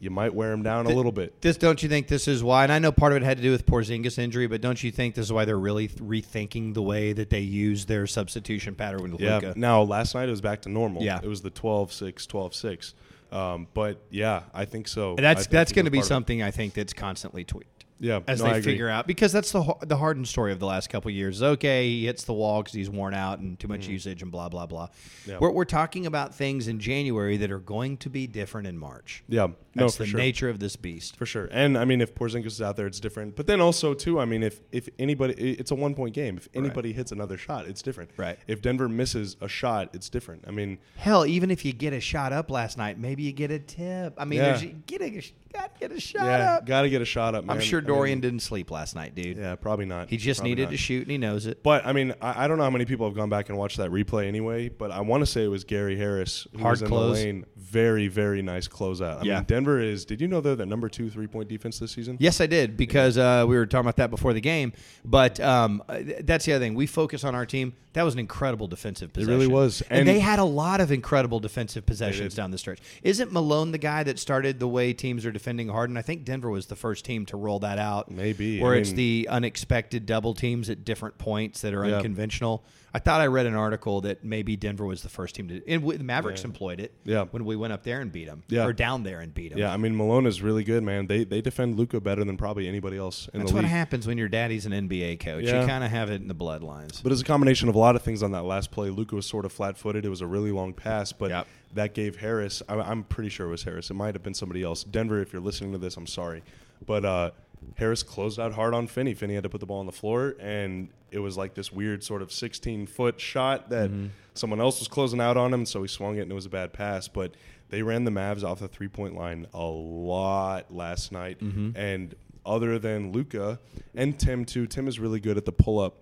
Speaker 2: you might wear him down a little bit.
Speaker 3: This don't you think this is why? And I know part of it had to do with Porzingis injury, but don't you think this is why they're really th- rethinking the way that they use their substitution pattern with
Speaker 2: Yeah.
Speaker 3: Luka?
Speaker 2: Now, last night it was back to normal.
Speaker 3: Yeah.
Speaker 2: It was the 12 6, 12 6. Um, but yeah, I think so.
Speaker 3: That's
Speaker 2: I think
Speaker 3: that's
Speaker 2: it
Speaker 3: going to
Speaker 2: was
Speaker 3: be
Speaker 2: part of it.
Speaker 3: something I think that's constantly tweaked.
Speaker 2: Yeah,
Speaker 3: as
Speaker 2: no, I
Speaker 3: they
Speaker 2: agree.
Speaker 3: figure out because that's the ho- the Harden story of the last couple of years. Is, okay, he hits the wall because he's worn out and too much usage and blah blah blah.
Speaker 2: Mm-hmm. Yeah.
Speaker 3: We're, we're talking about things in January that are going to be different in March.
Speaker 2: Yeah, no,
Speaker 3: that's
Speaker 2: for
Speaker 3: the
Speaker 2: sure.
Speaker 3: nature of this beast.
Speaker 2: For sure. And I mean, if Porzingis is out there, it's different. But then also too, I mean, if if anybody, i- it's a one point game. If anybody hits another shot, it's different.
Speaker 3: Right.
Speaker 2: If Denver misses a shot, it's different. I mean,
Speaker 3: Hell, even if you get a shot up last night, maybe you get a tip. I mean,
Speaker 2: Yeah.
Speaker 3: there's, you get a you gotta get a shot
Speaker 2: yeah,
Speaker 3: up.
Speaker 2: got to get a shot up. Man.
Speaker 3: I'm sure
Speaker 2: I mean,
Speaker 3: Dorian didn't sleep last night, dude.
Speaker 2: yeah, probably not.
Speaker 3: He just
Speaker 2: Probably
Speaker 3: needed
Speaker 2: not.
Speaker 3: to shoot, and he knows it.
Speaker 2: But I mean, I, I don't know how many people have gone back and watched that replay anyway. But I want to say it was Gary Harris who
Speaker 3: Hard
Speaker 2: was in
Speaker 3: close.
Speaker 2: the lane. Very, very nice closeout. I
Speaker 3: Yeah.
Speaker 2: mean, Denver is. Did you know they're the number two three point defense this season?
Speaker 3: Yes, I did because uh, we were talking about that before the game. But um, uh, th- that's the other thing. We focus on our team. That was an incredible defensive possession.
Speaker 2: really was.
Speaker 3: And,
Speaker 2: And-
Speaker 3: they had a lot of incredible defensive possessions down the stretch. Isn't Malone the guy that started the way teams are defending Harden? I think Denver was the first team to roll that out.
Speaker 2: Maybe.
Speaker 3: Where
Speaker 2: I
Speaker 3: it's
Speaker 2: mean-
Speaker 3: the unexpected double teams at different points that are
Speaker 2: Yeah.
Speaker 3: unconventional. I thought I read an article that maybe Denver was the first team to. And w- the Mavericks employed it
Speaker 2: Yeah.
Speaker 3: when we went up there and beat them.
Speaker 2: Yeah.
Speaker 3: Or down there and beat them.
Speaker 2: Yeah, I mean Malone is really good, man. They they defend Luca better than probably anybody else in
Speaker 3: That's
Speaker 2: the league.
Speaker 3: what happens when your daddy's an NBA coach.
Speaker 2: Yeah.
Speaker 3: You kind of have it in the bloodlines.
Speaker 2: But it's a combination of a lot of things on that last play. Luca was sort of flat-footed. It was a really long pass, but
Speaker 3: Yep.
Speaker 2: that gave Harris. I, I'm pretty sure it was Harris. It might have been somebody else. Denver, if you're listening to this, I'm sorry, but uh, Harris closed out hard on Finney. Finney had to put the ball on the floor, and it was like this weird sort of 16-foot shot that someone else was closing out on him, so he swung it, and it was a bad pass. But they ran the Mavs off the three-point line a lot last night, and other than Luca and Tim too, Tim is really good at the pull-up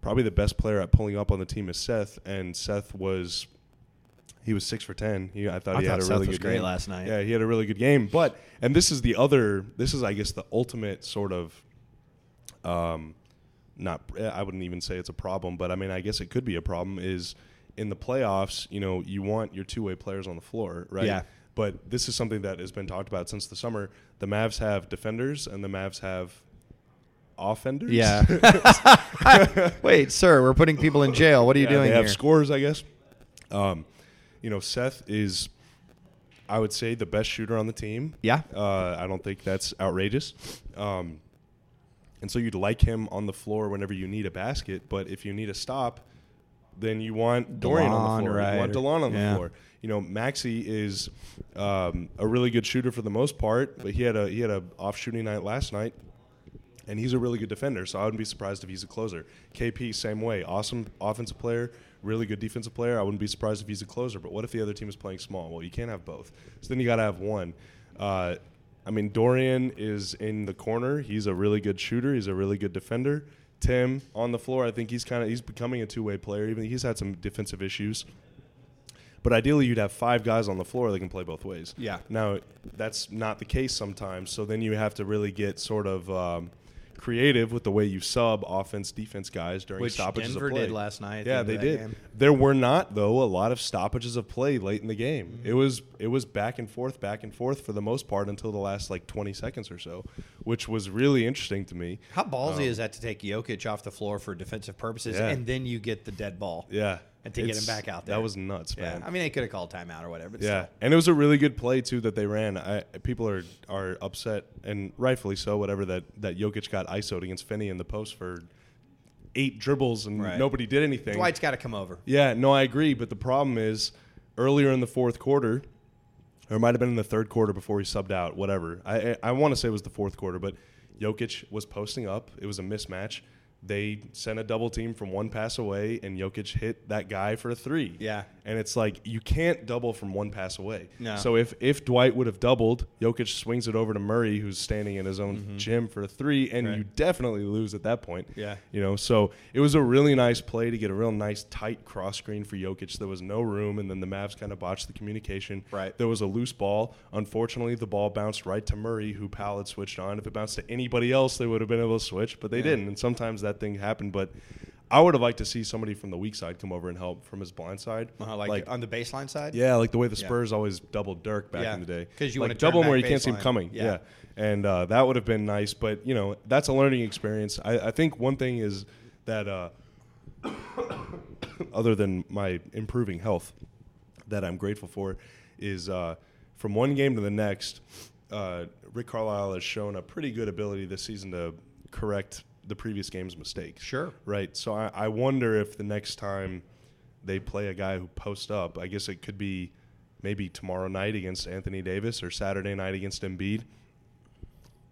Speaker 2: probably the best player at pulling up on the team is Seth, and Seth was he was six for ten. He, I thought
Speaker 3: I
Speaker 2: he
Speaker 3: thought
Speaker 2: had a
Speaker 3: Seth
Speaker 2: really
Speaker 3: was
Speaker 2: good
Speaker 3: great
Speaker 2: game.
Speaker 3: last night.
Speaker 2: Yeah, he had a really good game. But and this is the other. This is I guess the ultimate sort of. Um, not I wouldn't even say it's a problem, but I mean I guess it could be a problem. Is in the playoffs, you know, you want your two way players on the floor, right?
Speaker 3: Yeah.
Speaker 2: But this is something that has been talked about since the summer. The Mavs have defenders, and the Mavs have offenders.
Speaker 3: Wait, sir, we're putting people in jail. What are you
Speaker 2: Yeah,
Speaker 3: doing
Speaker 2: they
Speaker 3: here?
Speaker 2: have scores, I guess. Um, you know, Seth is, I would say, the best shooter on the team.
Speaker 3: Yeah.
Speaker 2: Uh, I don't think that's outrageous. Um, and so you'd like him on the floor whenever you need a basket, but if you need a stop, then you want Dorian on
Speaker 3: DeLon,
Speaker 2: the floor.
Speaker 3: right,
Speaker 2: You want
Speaker 3: or-
Speaker 2: DeLon on
Speaker 3: yeah.
Speaker 2: the floor. You know, Maxi is um, a really good shooter for the most part, but he had a he had a off shooting night last night and he's a really good defender, so I wouldn't be surprised if he's a closer. KP, same way. Awesome offensive player, really good defensive player. I wouldn't be surprised if he's a closer, but what if the other team is playing small? Well, you can't have both. So then you got to have one. Uh, I mean, Dorian is in the corner. He's a really good shooter, he's a really good defender. Tim on the floor, I think he's kind of he's becoming a two-way player. Even he's had some defensive issues. But ideally, you'd have five guys on the floor that can play both ways.
Speaker 3: Yeah.
Speaker 2: Now, that's not the case sometimes. So then you have to really get sort of um, creative with the way you sub offense, defense guys during
Speaker 3: Which
Speaker 2: stoppages
Speaker 3: Denver
Speaker 2: of play.
Speaker 3: did last night at the
Speaker 2: Yeah,
Speaker 3: end of
Speaker 2: they
Speaker 3: that
Speaker 2: did.
Speaker 3: game.
Speaker 2: There were not though a lot of stoppages of play late in the game.
Speaker 3: Mm-hmm.
Speaker 2: It was it was back and forth, back and forth for the most part until the last like 20 seconds or so, which was really interesting to me.
Speaker 3: How ballsy is that to take Jokic off the floor for defensive purposes
Speaker 2: Oh. Yeah.
Speaker 3: and then you get the dead ball?
Speaker 2: Yeah.
Speaker 3: And to get
Speaker 2: It's-
Speaker 3: him back out there.
Speaker 2: That was nuts,
Speaker 3: Yeah.
Speaker 2: man.
Speaker 3: I mean, they could have called timeout or whatever. but
Speaker 2: Yeah,
Speaker 3: still.
Speaker 2: and it was a really good play too that they ran. I, people are are upset and rightfully so. Whatever that that Jokic got isoed against Finney in the post for eight dribbles and
Speaker 3: Right.
Speaker 2: nobody did anything.
Speaker 3: Dwight's got to come over.
Speaker 2: Yeah, no, I agree. But the problem is, earlier in the fourth quarter, or it might have been in the third quarter before he subbed out. Whatever. I I, I want to say it was the fourth quarter, but Jokic was posting up. It was a mismatch. They sent a double team from one pass away, and Jokic hit that guy for a three.
Speaker 3: Yeah.
Speaker 2: and it's like you can't double from one pass away.
Speaker 3: No.
Speaker 2: So if if Dwight would have doubled, Jokic swings it over to Murray, who's standing in his own gym for a three, and you definitely lose at that point.
Speaker 3: Mm-hmm. Yeah.
Speaker 2: You know, so it was a really nice play to get a real nice tight cross screen for Jokic. There was no room, and then the Mavs kind of botched the communication.
Speaker 3: Right.
Speaker 2: There was a loose ball. Unfortunately, the ball bounced right to Murray, who Powell had switched on. If it bounced to anybody else, they would have been able to switch, but they didn't. And sometimes that thing happened. But I would have liked to see somebody from the weak side come over and help from his blind side.
Speaker 3: Uh, like, on the baseline side?
Speaker 2: Yeah, like the way the Spurs always doubled Dirk back
Speaker 3: Yeah,
Speaker 2: in the day.
Speaker 3: 'cause you
Speaker 2: like
Speaker 3: wanna turn
Speaker 2: double him where you
Speaker 3: back
Speaker 2: can't see him
Speaker 3: baseline.
Speaker 2: coming.
Speaker 3: Yeah.
Speaker 2: Yeah, and uh, that would have been nice. But you know, that's a learning experience. I, I think one thing is that uh, other than my improving health, that I'm grateful for is uh, from one game to the next. uh, Rick Carlisle has shown a pretty good ability this season to correct the previous game's mistakes.
Speaker 3: Sure.
Speaker 2: Right. So I, I wonder if the next time they play a guy who posts up, I guess it could be maybe tomorrow night against Anthony Davis or Saturday night against Embiid.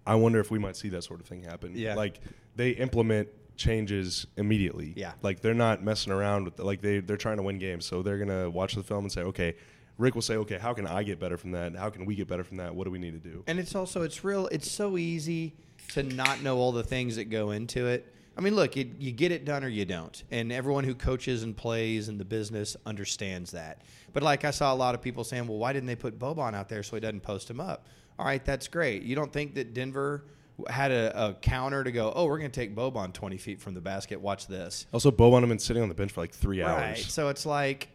Speaker 2: I wonder if we might see that sort of thing happen.
Speaker 3: Yeah.
Speaker 2: Like they implement changes immediately.
Speaker 3: Yeah.
Speaker 2: Like they're not messing around with like they they're trying to win games, so they're gonna watch the film and say, okay. Rick will say, okay, how can I get better from that? How can we get better from that? What do we need to do?
Speaker 3: And it's also it's real. It's so easy to not know all the things that go into it. I mean, look, you, you get it done or you don't, and everyone who coaches and plays in the business understands that. But like I saw a lot of people saying, "Well, why didn't they put Boban out there so he doesn't post him up?" All right, that's great. You don't think that Denver had a, a counter to go? Oh, we're going to take Boban twenty feet from the basket. Watch this.
Speaker 2: Also, Boban had been sitting on the bench for like three
Speaker 3: Right.
Speaker 2: hours.
Speaker 3: So it's like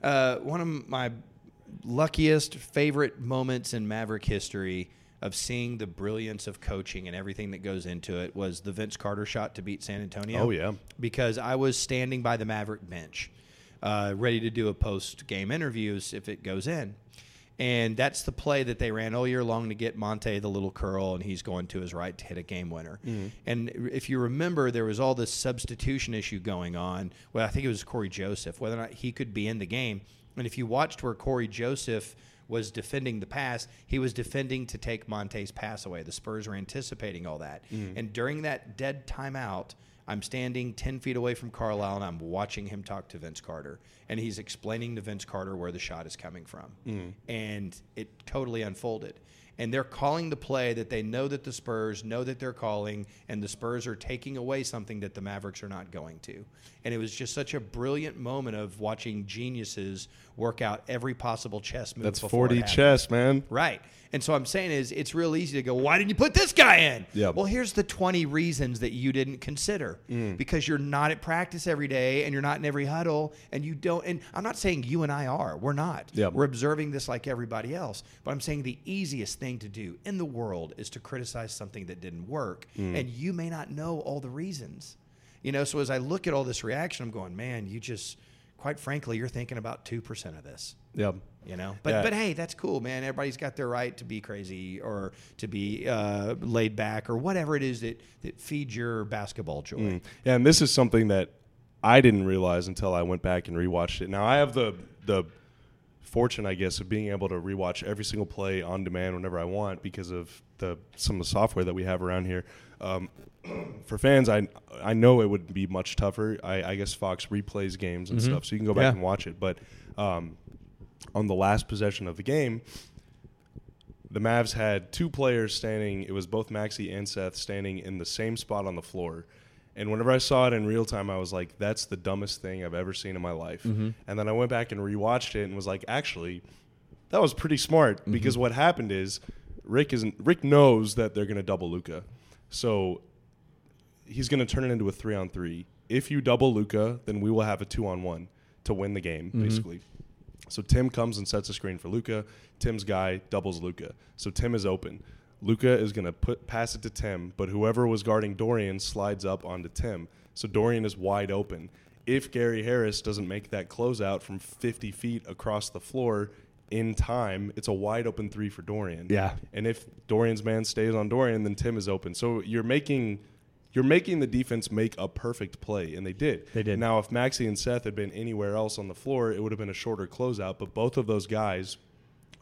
Speaker 3: uh, one of my luckiest favorite moments in Maverick history of seeing the brilliance of coaching and everything that goes into it was the Vince Carter shot to beat San Antonio.
Speaker 2: Oh, yeah.
Speaker 3: Because I was standing by the Maverick bench, uh, ready to do a post game interviews if it goes in. And that's the play that they ran all year long to get Monte the little curl, and he's going to his right to hit a game winner.
Speaker 2: Mm-hmm.
Speaker 3: And if you remember, there was all this substitution issue going on. Well, I think it was Corey Joseph, whether or not he could be in the game. And if you watched where Corey Joseph was defending the pass, he was defending to take Monte's pass away. The Spurs were anticipating all that.
Speaker 2: Mm-hmm.
Speaker 3: And during that dead timeout, I'm standing 10 feet away from Carlisle and I'm watching him talk to Vince Carter. And he's explaining to Vince Carter where the shot is coming from.
Speaker 2: Mm-hmm.
Speaker 3: And it totally unfolded. And they're calling the play that they know that the Spurs know that they're calling, and the Spurs are taking away something that the Mavericks are not going to. And it was just such a brilliant moment of watching geniuses work out every possible chess move.
Speaker 2: That's
Speaker 3: before it
Speaker 2: 4D
Speaker 3: happened.
Speaker 2: chess, man.
Speaker 3: Right. And so I'm saying is it's real easy to go, why didn't you put this guy in?
Speaker 2: Yeah.
Speaker 3: Well, here's the 20 reasons that you didn't consider because you're not at practice every day and you're not in every huddle and you don't. And I'm not saying you and I are. We're not.
Speaker 2: Yeah.
Speaker 3: We're observing this like everybody else. But I'm saying the easiest thing to do in the world is to criticize something that didn't work. And you may not know all the reasons. You know, so as I look at all this reaction, I'm going, man, you just, quite frankly, you're thinking about 2% of this
Speaker 2: Yeah.
Speaker 3: you know but
Speaker 2: Yeah.
Speaker 3: but hey that's cool man everybody's got their right to be crazy or to be uh, laid back or whatever it is that that feeds your basketball joy
Speaker 2: Yeah, and this is something that I didn't realize until I went back and rewatched it. Now I have the the fortune, I guess, of being able to rewatch every single play on demand whenever I want because of the some of the software that we have around here. Um, for fans, I I know it would be much tougher. I, I guess Fox replays games and stuff, so you can go back
Speaker 3: Yeah.
Speaker 2: and watch it. But um, on the last possession of the game, the Mavs had two players standing. It was both Maxi and Seth standing in the same spot on the floor. And whenever I saw it in real time, I was like, "That's the dumbest thing I've ever seen in my life." And then I went back and rewatched it and was like, "Actually, that was pretty smart because what happened is Rick isn't Rick knows that they're going to double Luca, so he's going to turn it into a three on three. If you double Luca, then we will have a two on one to win the game, basically. So Tim comes and sets a screen for Luca. Tim's guy doubles Luca. So Tim is open. Luca is going to put pass it to Tim, but whoever was guarding Dorian slides up onto Tim. So Dorian is wide open. If Gary Harris doesn't make that closeout from 50 feet across the floor in time, it's a wide open three for Dorian.
Speaker 3: Yeah.
Speaker 2: And if Dorian's man stays on Dorian, then Tim is open. So you're making you're making the defense make a perfect play, and they did.
Speaker 3: They did.
Speaker 2: Now, if Maxi and Seth had been anywhere else on the floor, it would have been a shorter closeout. But both of those guys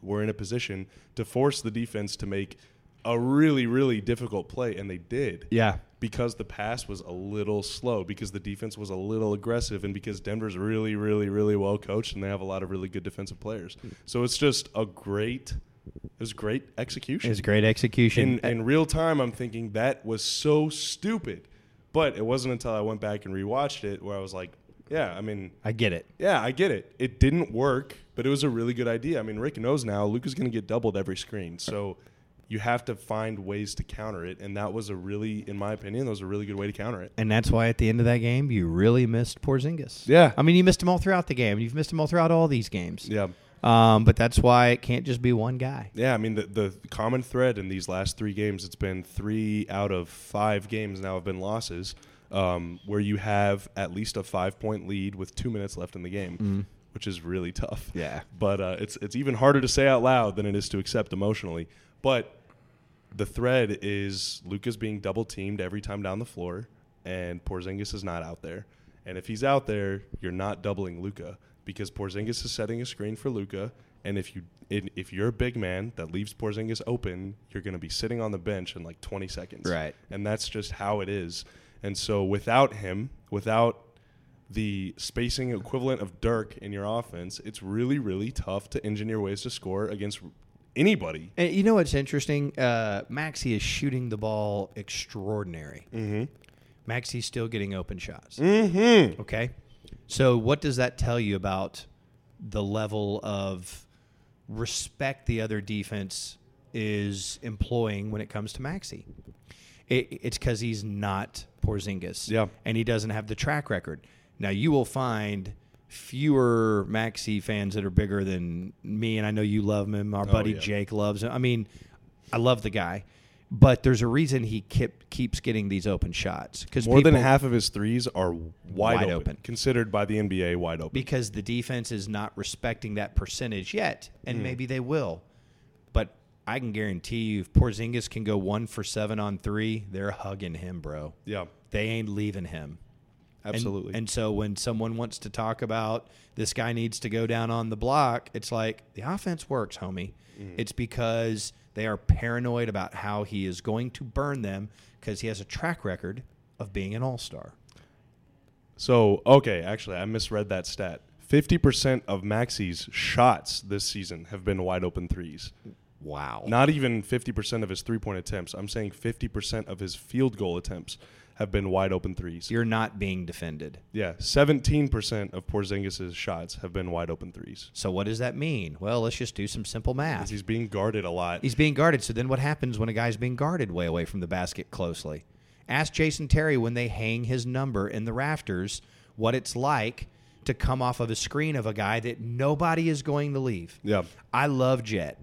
Speaker 2: were in a position to force the defense to make a really, really difficult play, and they did.
Speaker 3: yeah
Speaker 2: Because the pass was a little slow, because the defense was a little aggressive, and because Denver's really, really, really well coached, and they have a lot of really good defensive players.
Speaker 3: Mm.
Speaker 2: So it's just a great, it was great execution
Speaker 3: it's great execution
Speaker 2: in, in real time, I'm thinking that was so stupid. But it wasn't until I went back and rewatched it where I was like, yeah, I mean,
Speaker 3: i get it
Speaker 2: yeah, I get it. It didn't work, but it was a really good idea. I mean, Rick knows now Luca's going to get doubled every screen. So you have to find ways to counter it. And that was a really, in my opinion, that was a really good way to counter it.
Speaker 3: and that's why at the end of that game you really missed porzingis
Speaker 2: Yeah.
Speaker 3: i mean you missed him all throughout the game you've missed him all throughout all these games
Speaker 2: Yeah.
Speaker 3: um, but that's why it can't just be one guy
Speaker 2: Yeah, I mean the the common thread in these last three games, it's been three out of five games now have been losses, um, where you have at least a five point lead with two minutes left in the game, which is really tough.
Speaker 3: Yeah.
Speaker 2: but uh, it's it's even harder to say out loud than it is to accept emotionally. But the thread is Luca's being double teamed every time down the floor, and Porzingis is not out there. And if he's out there, you're not doubling Luca because Porzingis is setting a screen for Luca. And if you and if you're a big man that leaves Porzingis open, you're going to be sitting on the bench in like 20 seconds.
Speaker 3: Right.
Speaker 2: And that's just how it is. And so without him, without the spacing equivalent of Dirk in your offense, it's really, really tough to engineer ways to score against anybody.
Speaker 3: And you know what's interesting? Uh, Maxi is shooting the ball extraordinary. Mm-hmm. Maxi's still getting open shots. Mm-hmm. Okay. So what does that tell you about the level of respect the other defense is employing when it comes to Maxi? It, it's because he's not Porzingis.
Speaker 2: Yeah.
Speaker 3: And he doesn't have the track record. Now you will find fewer Maxi fans that are bigger than me, and I know you love him. Our buddy
Speaker 2: yeah.
Speaker 3: Jake loves him. I mean, I love the guy, but there's a reason he kept, keeps getting these open shots because
Speaker 2: More than half of his threes are wide, open,
Speaker 3: open.
Speaker 2: considered by the NBA wide open.
Speaker 3: because the defense is not respecting that percentage yet,
Speaker 2: Mm.
Speaker 3: and maybe they will. But I can guarantee you, if Porzingis can go one for seven on three, they're hugging him, bro.
Speaker 2: yeah,
Speaker 3: They ain't leaving him. And-
Speaker 2: absolutely.
Speaker 3: And, so when someone wants to talk about this guy needs to go down on the block, it's like the offense works, homie. It's because they are paranoid about how he is going to burn them because he has a track record of being an all star.
Speaker 2: so, okay, actually, I misread that stat. 50% of Maxi's shots this season have been wide open threes.
Speaker 3: Wow.
Speaker 2: Not even 50% of his three point attempts. I'm saying 50% of his field goal attempts have been wide open threes.
Speaker 3: You're not being defended.
Speaker 2: Yeah, 17% of Porzingis' shots have been wide open threes.
Speaker 3: So what does that mean? Well, let's just do some simple math.
Speaker 2: He's being guarded a lot.
Speaker 3: He's being guarded. So then what happens when a guy's being guarded way away from the basket closely? Ask Jason Terry when they hang his number in the rafters what it's like to come off of a screen of a guy that nobody is going to leave.
Speaker 2: yeah.
Speaker 3: I love Jet.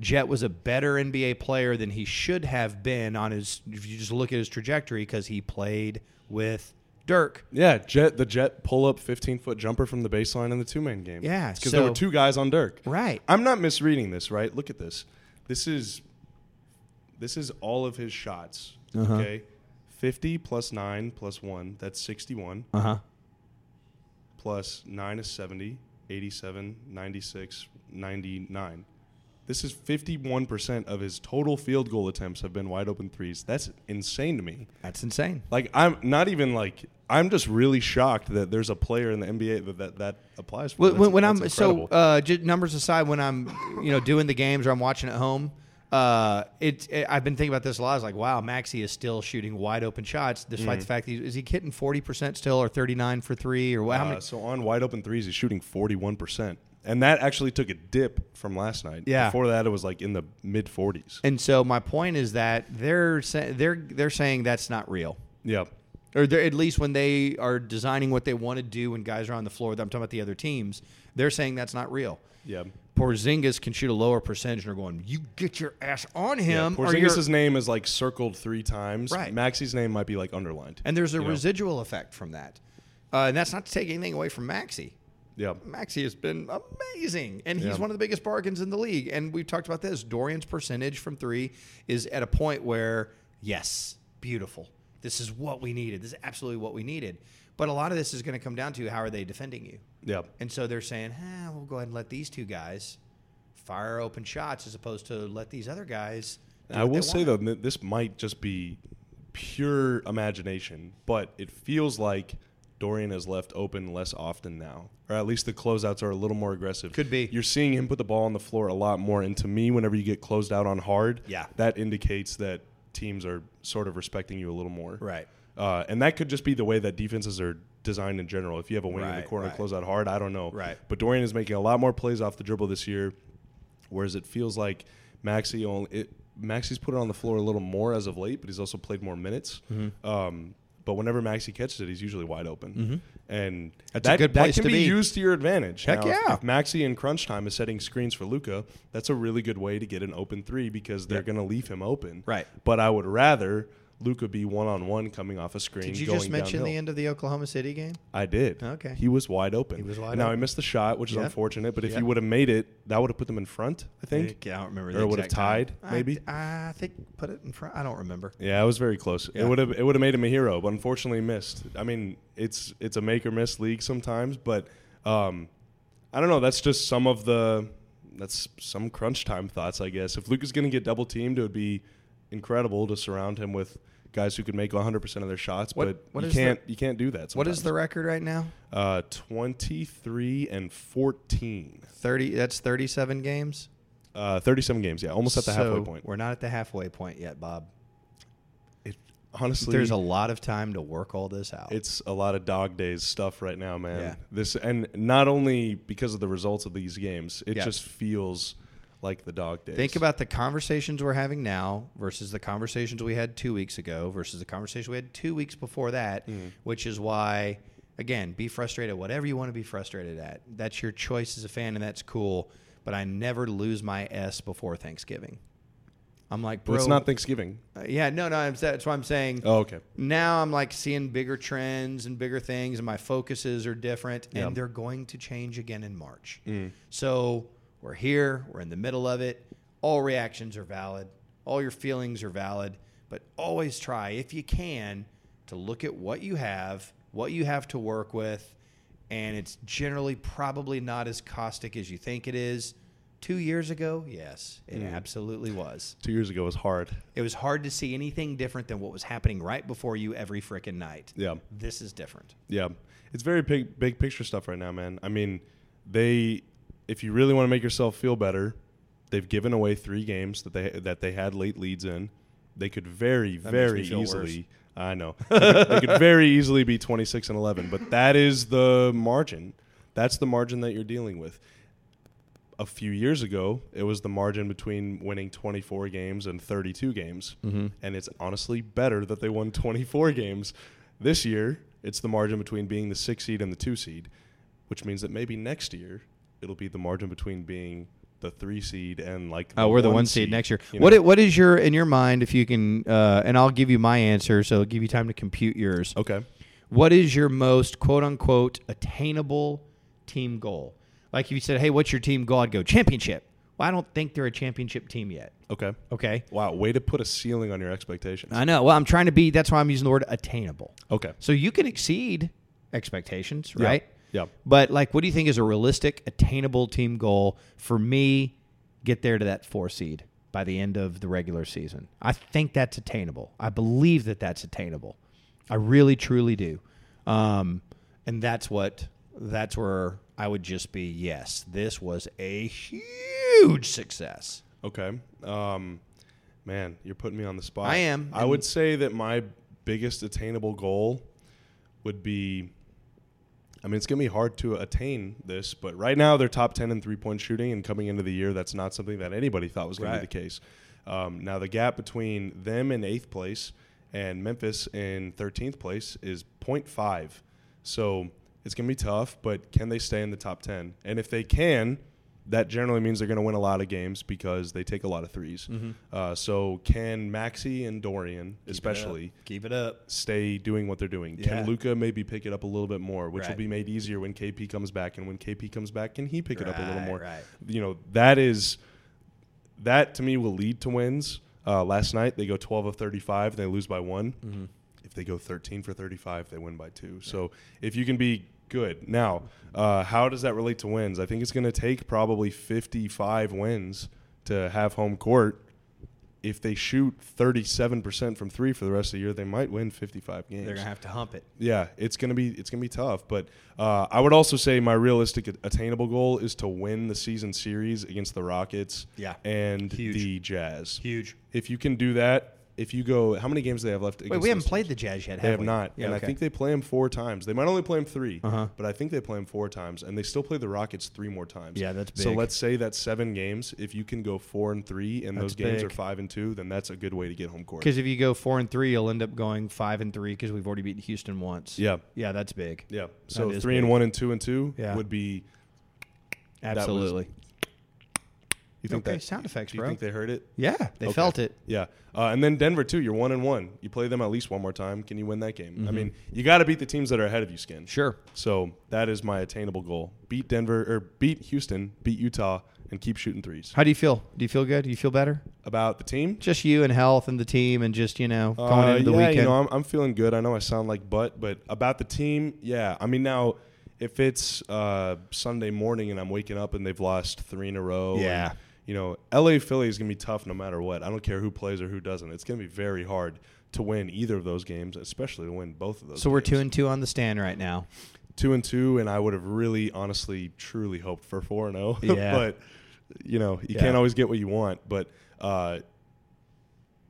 Speaker 3: Jet was a better NBA player than he should have been on his if you just look at his trajectory because he played with Dirk.
Speaker 2: Yeah, jet the jet pull up 15 foot jumper from the baseline in the two man game.
Speaker 3: Yeah,
Speaker 2: because there were
Speaker 3: so-
Speaker 2: two guys on Dirk.
Speaker 3: Right.
Speaker 2: I'm not misreading this, right? Look at this. This is this is all of his shots.
Speaker 3: Uh-huh.
Speaker 2: Okay. 50 plus 9 plus 1, that's 61.
Speaker 3: Uh-huh.
Speaker 2: Plus 9 is 70, 87, 96, 99. This is 51% of his total field goal attempts have been wide open threes. That's insane to me.
Speaker 3: That's insane.
Speaker 2: Like I'm not even like I'm just really shocked that there's a player in the NBA that that, that applies for.
Speaker 3: When,
Speaker 2: That's-
Speaker 3: when, when I'm
Speaker 2: that's
Speaker 3: so
Speaker 2: incredible.
Speaker 3: uh, j- numbers aside, when I'm you know doing the games or I'm watching at home, uh, it, it- I've been thinking about this a lot. I was like, wow, Maxi is still shooting wide open shots
Speaker 2: Mm.
Speaker 3: despite the fact that he, is he hitting forty percent still or thirty nine for three or what? How
Speaker 2: Uh,
Speaker 3: many?
Speaker 2: so on wide open threes, he's shooting 41 percent, and that actually took a dip from last night.
Speaker 3: Yeah.
Speaker 2: Before that, it was like in the mid 40s.
Speaker 3: And so my point is that they're sa- they're they're saying that's not real.
Speaker 2: Yeah.
Speaker 3: Or they're, at least when they are designing what they want to do when guys are on the floor, I'm talking about the other teams, they're saying that's not real.
Speaker 2: Yeah.
Speaker 3: Porzingis can shoot a lower percentage and they're going, you get your ass on him.
Speaker 2: yeah.
Speaker 3: or you're-
Speaker 2: Porzingis' name is like circled three times.
Speaker 3: Um, Right.
Speaker 2: Maxi's name might be like underlined.
Speaker 3: And there's a
Speaker 2: You know?
Speaker 3: residual effect from that. Uh, and that's not to take anything away from Maxi.
Speaker 2: yeah.
Speaker 3: Maxi has been amazing, and he's
Speaker 2: Yeah.
Speaker 3: one of the biggest bargains in the league. And we've talked about this. Dorian's percentage from three is at a point where, yes, beautiful. This is what we needed. This is absolutely what we needed. But a lot of this is going to come down to how are they defending you?
Speaker 2: Yeah.
Speaker 3: And so they're saying, ah, we'll go ahead and let these two guys fire open shots as opposed to let these other guys. do
Speaker 2: I
Speaker 3: what they
Speaker 2: will say
Speaker 3: want."
Speaker 2: though, that this might just be pure imagination, but it feels like Dorian is left open less often now, or at least the closeouts are a little more aggressive.
Speaker 3: Could be.
Speaker 2: You're seeing him put the ball on the floor a lot more, and to me, whenever you get closed out on hard,
Speaker 3: Yeah.
Speaker 2: that indicates that teams are sort of respecting you a little more,
Speaker 3: Right.
Speaker 2: Uh, and that could just be the way that defenses are designed in general. If you have a wing in
Speaker 3: Right,
Speaker 2: the corner,
Speaker 3: right.
Speaker 2: close out hard. I don't know.
Speaker 3: Right.
Speaker 2: But Dorian is making a lot more plays off the dribble this year whereas it feels like Maxi only it, Maxi's put it on the floor a little more as of late, but he's also played more minutes.
Speaker 3: Mm-hmm.
Speaker 2: Um, but whenever Maxi catches it, he's usually wide open, and
Speaker 3: Mm-hmm. a
Speaker 2: that,
Speaker 3: good
Speaker 2: that
Speaker 3: place
Speaker 2: can
Speaker 3: to
Speaker 2: be
Speaker 3: be.
Speaker 2: used to your advantage.
Speaker 3: Heck
Speaker 2: if-
Speaker 3: yeah.
Speaker 2: If, Maxi in crunch time is setting screens for Luca, that's a really good way to get an open three because they're going to leave him open.
Speaker 3: Right.
Speaker 2: But I would rather Luca be one on one coming off a screen.
Speaker 3: Did you
Speaker 2: going
Speaker 3: just mention
Speaker 2: downhill.
Speaker 3: the end of the Oklahoma City game?
Speaker 2: I did.
Speaker 3: Okay.
Speaker 2: He was wide open.
Speaker 3: He was wide
Speaker 2: Now
Speaker 3: open.
Speaker 2: he missed the shot, which is
Speaker 3: Yeah.
Speaker 2: unfortunate. But if
Speaker 3: Yeah.
Speaker 2: he would have made it, that would have put them in front. I think.
Speaker 3: I don't remember.
Speaker 2: Or would've
Speaker 3: exact time.
Speaker 2: tied,
Speaker 3: I-
Speaker 2: maybe?
Speaker 3: I, think put it in front. I don't remember.
Speaker 2: Yeah, it was very close.
Speaker 3: Yeah.
Speaker 2: It would have it would have made him a hero, but unfortunately missed. I mean, it's it's a make or miss league sometimes, but um, I don't know. That's just some of the that's some crunch time thoughts, I guess. If Luke is going to get double teamed, it would be incredible to surround him with guys who could make 100 percent of their shots,
Speaker 3: What-
Speaker 2: but
Speaker 3: what
Speaker 2: you
Speaker 3: is the-
Speaker 2: can't you can't do that. Sometimes.
Speaker 3: What is the record right now?
Speaker 2: uh, 23 and 14,
Speaker 3: Thirty. That's thirty-seven games.
Speaker 2: uh, 37 games? Yeah, almost at the halfway
Speaker 3: So,
Speaker 2: point.
Speaker 3: We're not at the halfway point yet, Bob.
Speaker 2: It, honestly,
Speaker 3: There's a lot of time to work all this out.
Speaker 2: It's a lot of dog days stuff right now, man.
Speaker 3: Yeah.
Speaker 2: This and not only because of the results of these games, it
Speaker 3: Yeah.
Speaker 2: just feels like the dog days.
Speaker 3: Think about the conversations we're having now versus the conversations we had two weeks ago versus the conversation we had two weeks before that, which is why, again, be frustrated, whatever you want to be frustrated at. That's your choice as a fan, and that's cool. But I never lose my S before Thanksgiving. I'm like,
Speaker 2: But
Speaker 3: bro.
Speaker 2: it's not Thanksgiving.
Speaker 3: uh, yeah, no, no. I'm, that's why I'm saying.
Speaker 2: Oh, okay.
Speaker 3: Now I'm like seeing bigger trends and bigger things, and my focuses are different,
Speaker 2: Yeah.
Speaker 3: and they're going to change again in March. So we're here, we're in the middle of it. All reactions are valid, all your feelings are valid, but always try, if you can, to look at what you have, what you have to work with, and it's generally probably not as caustic as you think it is. Two years ago, yes, it absolutely was.
Speaker 2: Two years ago was hard.
Speaker 3: It was hard to see anything different than what was happening right before you every freaking night.
Speaker 2: Yeah.
Speaker 3: This is different.
Speaker 2: Yeah, it's very big, big picture stuff right now, man. I mean, they, if you really want to make yourself feel better, they've given away three games that they that they had late leads in. They could very,
Speaker 3: makes
Speaker 2: very
Speaker 3: me feel
Speaker 2: easily. I know they could, they could very easily be twenty six and eleven, but that is the margin. That's the margin that you're dealing with. A few years ago, it was the margin between winning 24 games and 32 games,
Speaker 3: Mm-hmm.
Speaker 2: and it's honestly better that they won 24 games. This year, it's the margin between being the six seed and the two seed, which means that maybe next year it'll be the margin between being the three seed and like
Speaker 3: Oh, we're the one seed next year.
Speaker 2: you
Speaker 3: What
Speaker 2: know?
Speaker 3: i- what is your in your mind if you can uh, and I'll give you my answer so it'll give you time to compute yours.
Speaker 2: okay,
Speaker 3: What is your most quote unquote attainable team goal? Like if you said, "Hey, what's your team goal?" I'd go championship. Well, I don't think they're a championship team yet.
Speaker 2: okay,
Speaker 3: Okay.
Speaker 2: wow, way to put a ceiling on your expectations.
Speaker 3: Oh. I know. Well, I'm trying to be that's why I'm using the word attainable.
Speaker 2: okay,
Speaker 3: So you can exceed expectations,
Speaker 2: Yeah.
Speaker 3: right?
Speaker 2: Yeah.
Speaker 3: But like, what do you think is a realistic, attainable team goal for me? Get there to that four seed by the end of the regular season. I think that's attainable. I believe that that's attainable. I really, truly do. Um, and that's what that's where I would just be. Yes, this was a huge success.
Speaker 2: Okay. Um, man, you're putting me on the spot.
Speaker 3: I am,
Speaker 2: I would say that my biggest attainable goal would be. I mean, it's going to be hard to attain this, but right now they're top 10 in three point shooting, and coming into the year, that's not something that anybody thought was going
Speaker 3: Right.
Speaker 2: to be the case. Um, now, the gap between them in eighth place and Memphis in 13th place is 0.5. So it's going to be tough, but can they stay in the top 10? And if they can, that generally means they're going to win a lot of games because they take a lot of 3s Uh, so can Maxi and Dorian, especially,
Speaker 3: keep it up.
Speaker 2: stay doing what they're doing?
Speaker 3: Yeah.
Speaker 2: Can Luca maybe pick it up a little bit more, which
Speaker 3: Right.
Speaker 2: will be made easier when KP comes back, and when KP comes back, can he pick it up a little
Speaker 3: Right,
Speaker 2: more?
Speaker 3: right.
Speaker 2: You know, that is that to me will lead to wins. Uh, last night they go 12 of 35, they lose by one.
Speaker 3: Mm-hmm.
Speaker 2: If they go 13 for 35, they win by two. So if you can be good now, uh, how does that relate to wins? I think it's going to take probably 55 wins to have home court. If they shoot 37% from three for the rest of the year, they might win 55 games.
Speaker 3: They're gonna have to hump it.
Speaker 2: Yeah, it's gonna be it's gonna be tough, but uh, I would also say my realistic attainable goal is to win the season series against the Rockets,
Speaker 3: Yeah.
Speaker 2: and
Speaker 3: Huge.
Speaker 2: the Jazz.
Speaker 3: Huge.
Speaker 2: If you can do that, if you go, how many games do they have left?
Speaker 3: Wait,
Speaker 2: against
Speaker 3: we haven't
Speaker 2: those
Speaker 3: played
Speaker 2: teams?
Speaker 3: the Jazz yet. Have
Speaker 2: They have
Speaker 3: we?
Speaker 2: not, and
Speaker 3: okay. Uh-huh.
Speaker 2: I think they play them four times. They might only play them 3 but I think they play them four times, and they still play the Rockets three more times.
Speaker 3: Yeah, that's
Speaker 2: so.
Speaker 3: big.
Speaker 2: Let's say that's seven games. If you can go four and three, and those games
Speaker 3: big.
Speaker 2: are five and two, then that's a good way to get home court.
Speaker 3: Because if you go four and three, you'll end up going five and three because we've already beaten Houston once.
Speaker 2: Yeah.
Speaker 3: yeah, that's big.
Speaker 2: Yeah, so
Speaker 3: is
Speaker 2: three and
Speaker 3: big.
Speaker 2: one and two and two
Speaker 3: Yeah.
Speaker 2: would be
Speaker 3: Absolutely.
Speaker 2: You You think
Speaker 3: Okay,
Speaker 2: that
Speaker 3: sound effects,
Speaker 2: do you
Speaker 3: bro.
Speaker 2: think they heard it?
Speaker 3: Yeah, they
Speaker 2: Okay.
Speaker 3: felt it.
Speaker 2: Yeah, uh, and then Denver too. You're one and one. You play them at least one more time. Can you win that game?
Speaker 3: Mm-hmm.
Speaker 2: I mean, you got to beat the teams that are ahead of you, skin.
Speaker 3: Sure.
Speaker 2: So that is my attainable goal: beat Denver or beat Houston, beat Utah, and keep shooting threes.
Speaker 3: How do you feel? Do you feel good? Do you feel better?
Speaker 2: About the team,
Speaker 3: Just you and health and the team and just, you know, going
Speaker 2: Uh,
Speaker 3: into the
Speaker 2: yeah,
Speaker 3: weekend.
Speaker 2: you know, I'm, I'm feeling good. I know I sound like butt, but about the team, yeah. I mean, now if it's uh, Sunday morning and I'm waking up and they've lost three in a row, and,
Speaker 3: Yeah.
Speaker 2: you know, LA Philly is gonna be tough no matter what. I don't care who plays or who doesn't. It's gonna be very hard to win either of those games, especially to win both of those.
Speaker 3: so we're
Speaker 2: games.
Speaker 3: two and two on the stand right now.
Speaker 2: two and two, and I would have really, honestly, truly hoped for four and zero.
Speaker 3: Yeah.
Speaker 2: but you know, you
Speaker 3: Yeah.
Speaker 2: can't always get what you want. But uh,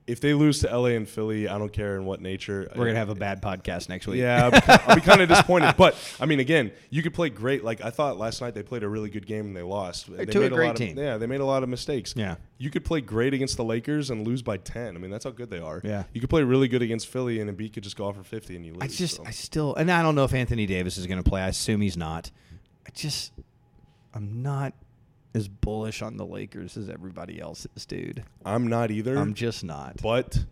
Speaker 2: if they lose to LA and Philly, I don't care in what nature. uh,
Speaker 3: We're gonna have a bad podcast next week.
Speaker 2: Yeah, I'll be, I'll be kind of disappointed. But I mean, again, you could play great. Like I thought last night, they played a really good game and they lost. They
Speaker 3: to a
Speaker 2: made
Speaker 3: great
Speaker 2: lot of,
Speaker 3: team.
Speaker 2: Yeah, they made a lot of mistakes.
Speaker 3: Yeah.
Speaker 2: you could play great against the Lakers and lose by ten. I mean, that's how good they are.
Speaker 3: Yeah.
Speaker 2: you could play really good against Philly and Embiid could just go off for fifty and you lose.
Speaker 3: I just,
Speaker 2: so.
Speaker 3: I still, and I don't know if Anthony Davis is going to play. I assume he's not. I just, I'm not as bullish on the Lakers as everybody else is, dude.
Speaker 2: I'm not either.
Speaker 3: I'm just not.
Speaker 2: but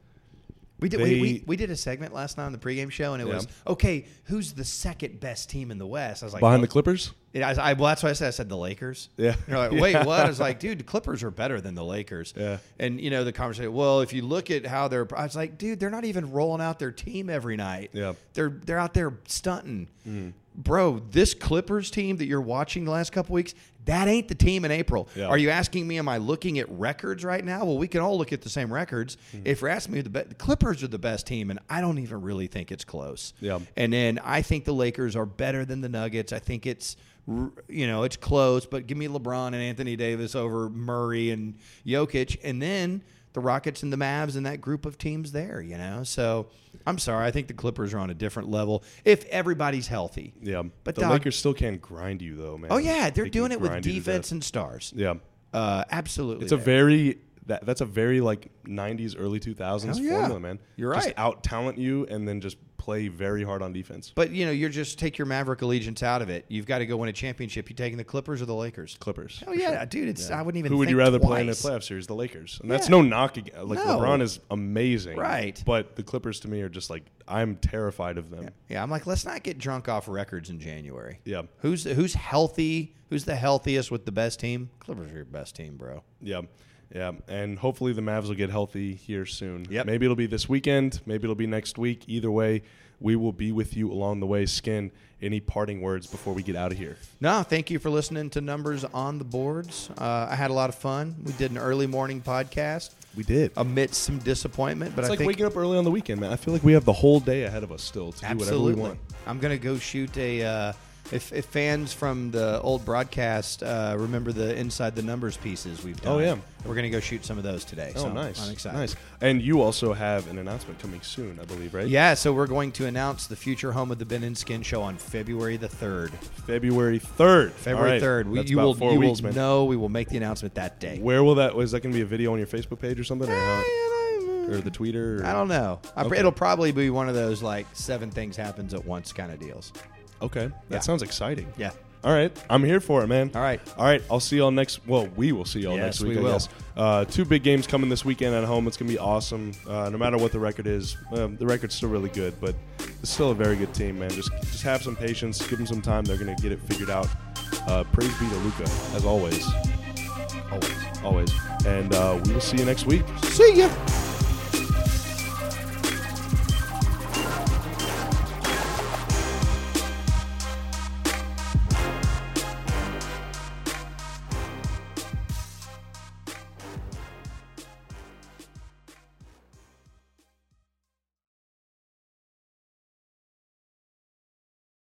Speaker 3: We did.
Speaker 2: They-
Speaker 3: we, we, we did a segment last night on the pregame show, and it
Speaker 2: Yeah.
Speaker 3: was okay. Who's the second best team in the West? I was like
Speaker 2: behind the
Speaker 3: well,
Speaker 2: Clippers.
Speaker 3: Yeah, I, I, well, that's why I said I said the Lakers.
Speaker 2: Yeah.
Speaker 3: And You're like, wait, what? I was like, dude, the Clippers are better than the Lakers.
Speaker 2: Yeah.
Speaker 3: And you know the conversation. Well, if you look at how they're, I was like, dude, they're not even rolling out their team every night.
Speaker 2: Yeah. Mm.
Speaker 3: They're they're out there stunting. Bro, this Clippers team that you're watching the last couple weeks, that ain't the team in April.
Speaker 2: Yeah.
Speaker 3: Are you asking me? Am I looking at records right now? Well, we can all look at the same records.
Speaker 2: Mm.
Speaker 3: If you're asking me, who the, be- the Clippers are the best team, and I don't even really think it's close.
Speaker 2: Yeah.
Speaker 3: And then I think the Lakers are better than the Nuggets. I think it's r- you know it's close, but give me LeBron and Anthony Davis over Murray and Jokic, and then the Rockets and the Mavs and that group of teams there. You know, so I'm sorry, I think the Clippers are on a different level if everybody's healthy.
Speaker 2: Yeah,
Speaker 3: but
Speaker 2: the
Speaker 3: dog-
Speaker 2: Lakers still can grind you though, man.
Speaker 3: Oh yeah, they're
Speaker 2: They can
Speaker 3: doing it with
Speaker 2: grind you to
Speaker 3: defense
Speaker 2: death.
Speaker 3: and stars.
Speaker 2: Yeah,
Speaker 3: Uh, absolutely,
Speaker 2: it's a
Speaker 3: there.
Speaker 2: very that, that's a very like '90s, early 2000s
Speaker 3: Hell yeah.
Speaker 2: formula, man.
Speaker 3: You're
Speaker 2: Just
Speaker 3: right.
Speaker 2: out talent you, and then just play very hard on defense.
Speaker 3: But you know, you're just take your Maverick allegiance out of it. You've got to go win a championship. You taking the Clippers or the Lakers?
Speaker 2: Clippers.
Speaker 3: Oh yeah, dude. It's I wouldn't even.
Speaker 2: Who would you
Speaker 3: think
Speaker 2: rather play in a
Speaker 3: twice.
Speaker 2: playoff series? The Lakers, and that's
Speaker 3: Yeah.
Speaker 2: no knock. Against, like
Speaker 3: No.
Speaker 2: LeBron is amazing,
Speaker 3: Right.
Speaker 2: But the Clippers to me are just like I'm terrified of them.
Speaker 3: Yeah, I'm like, let's not get drunk off records in January.
Speaker 2: Yeah.
Speaker 3: Who's who's healthy? Who's the healthiest with the best team? Clippers are your best team, bro.
Speaker 2: Yeah. Yeah. And hopefully the Mavs will get healthy here soon.
Speaker 3: Yep.
Speaker 2: Maybe it'll be this weekend. Maybe it'll be next week. Either way, we will be with you along the way. Skin, any parting words before we get out of here?
Speaker 3: No, thank you for listening to Numbers on the Boards. Uh, I had a lot of fun. We did an early morning podcast
Speaker 2: We did.
Speaker 3: amidst some disappointment, but
Speaker 2: it's
Speaker 3: I
Speaker 2: like
Speaker 3: think
Speaker 2: waking up early on the weekend, man. I feel like we have the whole day ahead of us still to
Speaker 3: absolutely.
Speaker 2: do whatever we want.
Speaker 3: I'm gonna go shoot a. Uh, if, if fans from the old broadcast uh, remember the inside the numbers pieces we've done,
Speaker 2: Oh, yeah.
Speaker 3: we're gonna go shoot some of those today.
Speaker 2: Oh,
Speaker 3: so I'm-
Speaker 2: nice.
Speaker 3: I'm excited.
Speaker 2: Nice. And you also have an announcement coming soon, I believe, right?
Speaker 3: Yeah, so we're going to announce the future home of the Ben and Skin Show on February the third.
Speaker 2: February 3rd.
Speaker 3: February third,
Speaker 2: We,
Speaker 3: we, you will
Speaker 2: four
Speaker 3: you
Speaker 2: weeks,
Speaker 3: will
Speaker 2: man.
Speaker 3: know we will make the announcement that day.
Speaker 2: Where will that, is that going to be a video on your Facebook page or something? Or, how, or
Speaker 3: I
Speaker 2: the Twitter? Or?
Speaker 3: don't know. I pr
Speaker 2: Okay.
Speaker 3: It'll probably be one of those like seven things happens at once kind of deals.
Speaker 2: Okay. That
Speaker 3: Yeah.
Speaker 2: sounds exciting.
Speaker 3: Yeah.
Speaker 2: All right. I'm here for it, man.
Speaker 3: All right.
Speaker 2: All right. I'll see y'all next. Well, we will see y'all
Speaker 3: Yes,
Speaker 2: next week.
Speaker 3: we
Speaker 2: I
Speaker 3: will.
Speaker 2: guess. Uh, two big games coming this weekend at home. It's gonna be awesome. Uh, no matter what the record is, um, the record's still really good, but it's still a very good team, man. Just just have some patience. Give them some time. They're gonna get it figured out. Uh, praise be to Luca, as always,
Speaker 3: Always.
Speaker 2: always. And uh, we will see you next week.
Speaker 3: See ya.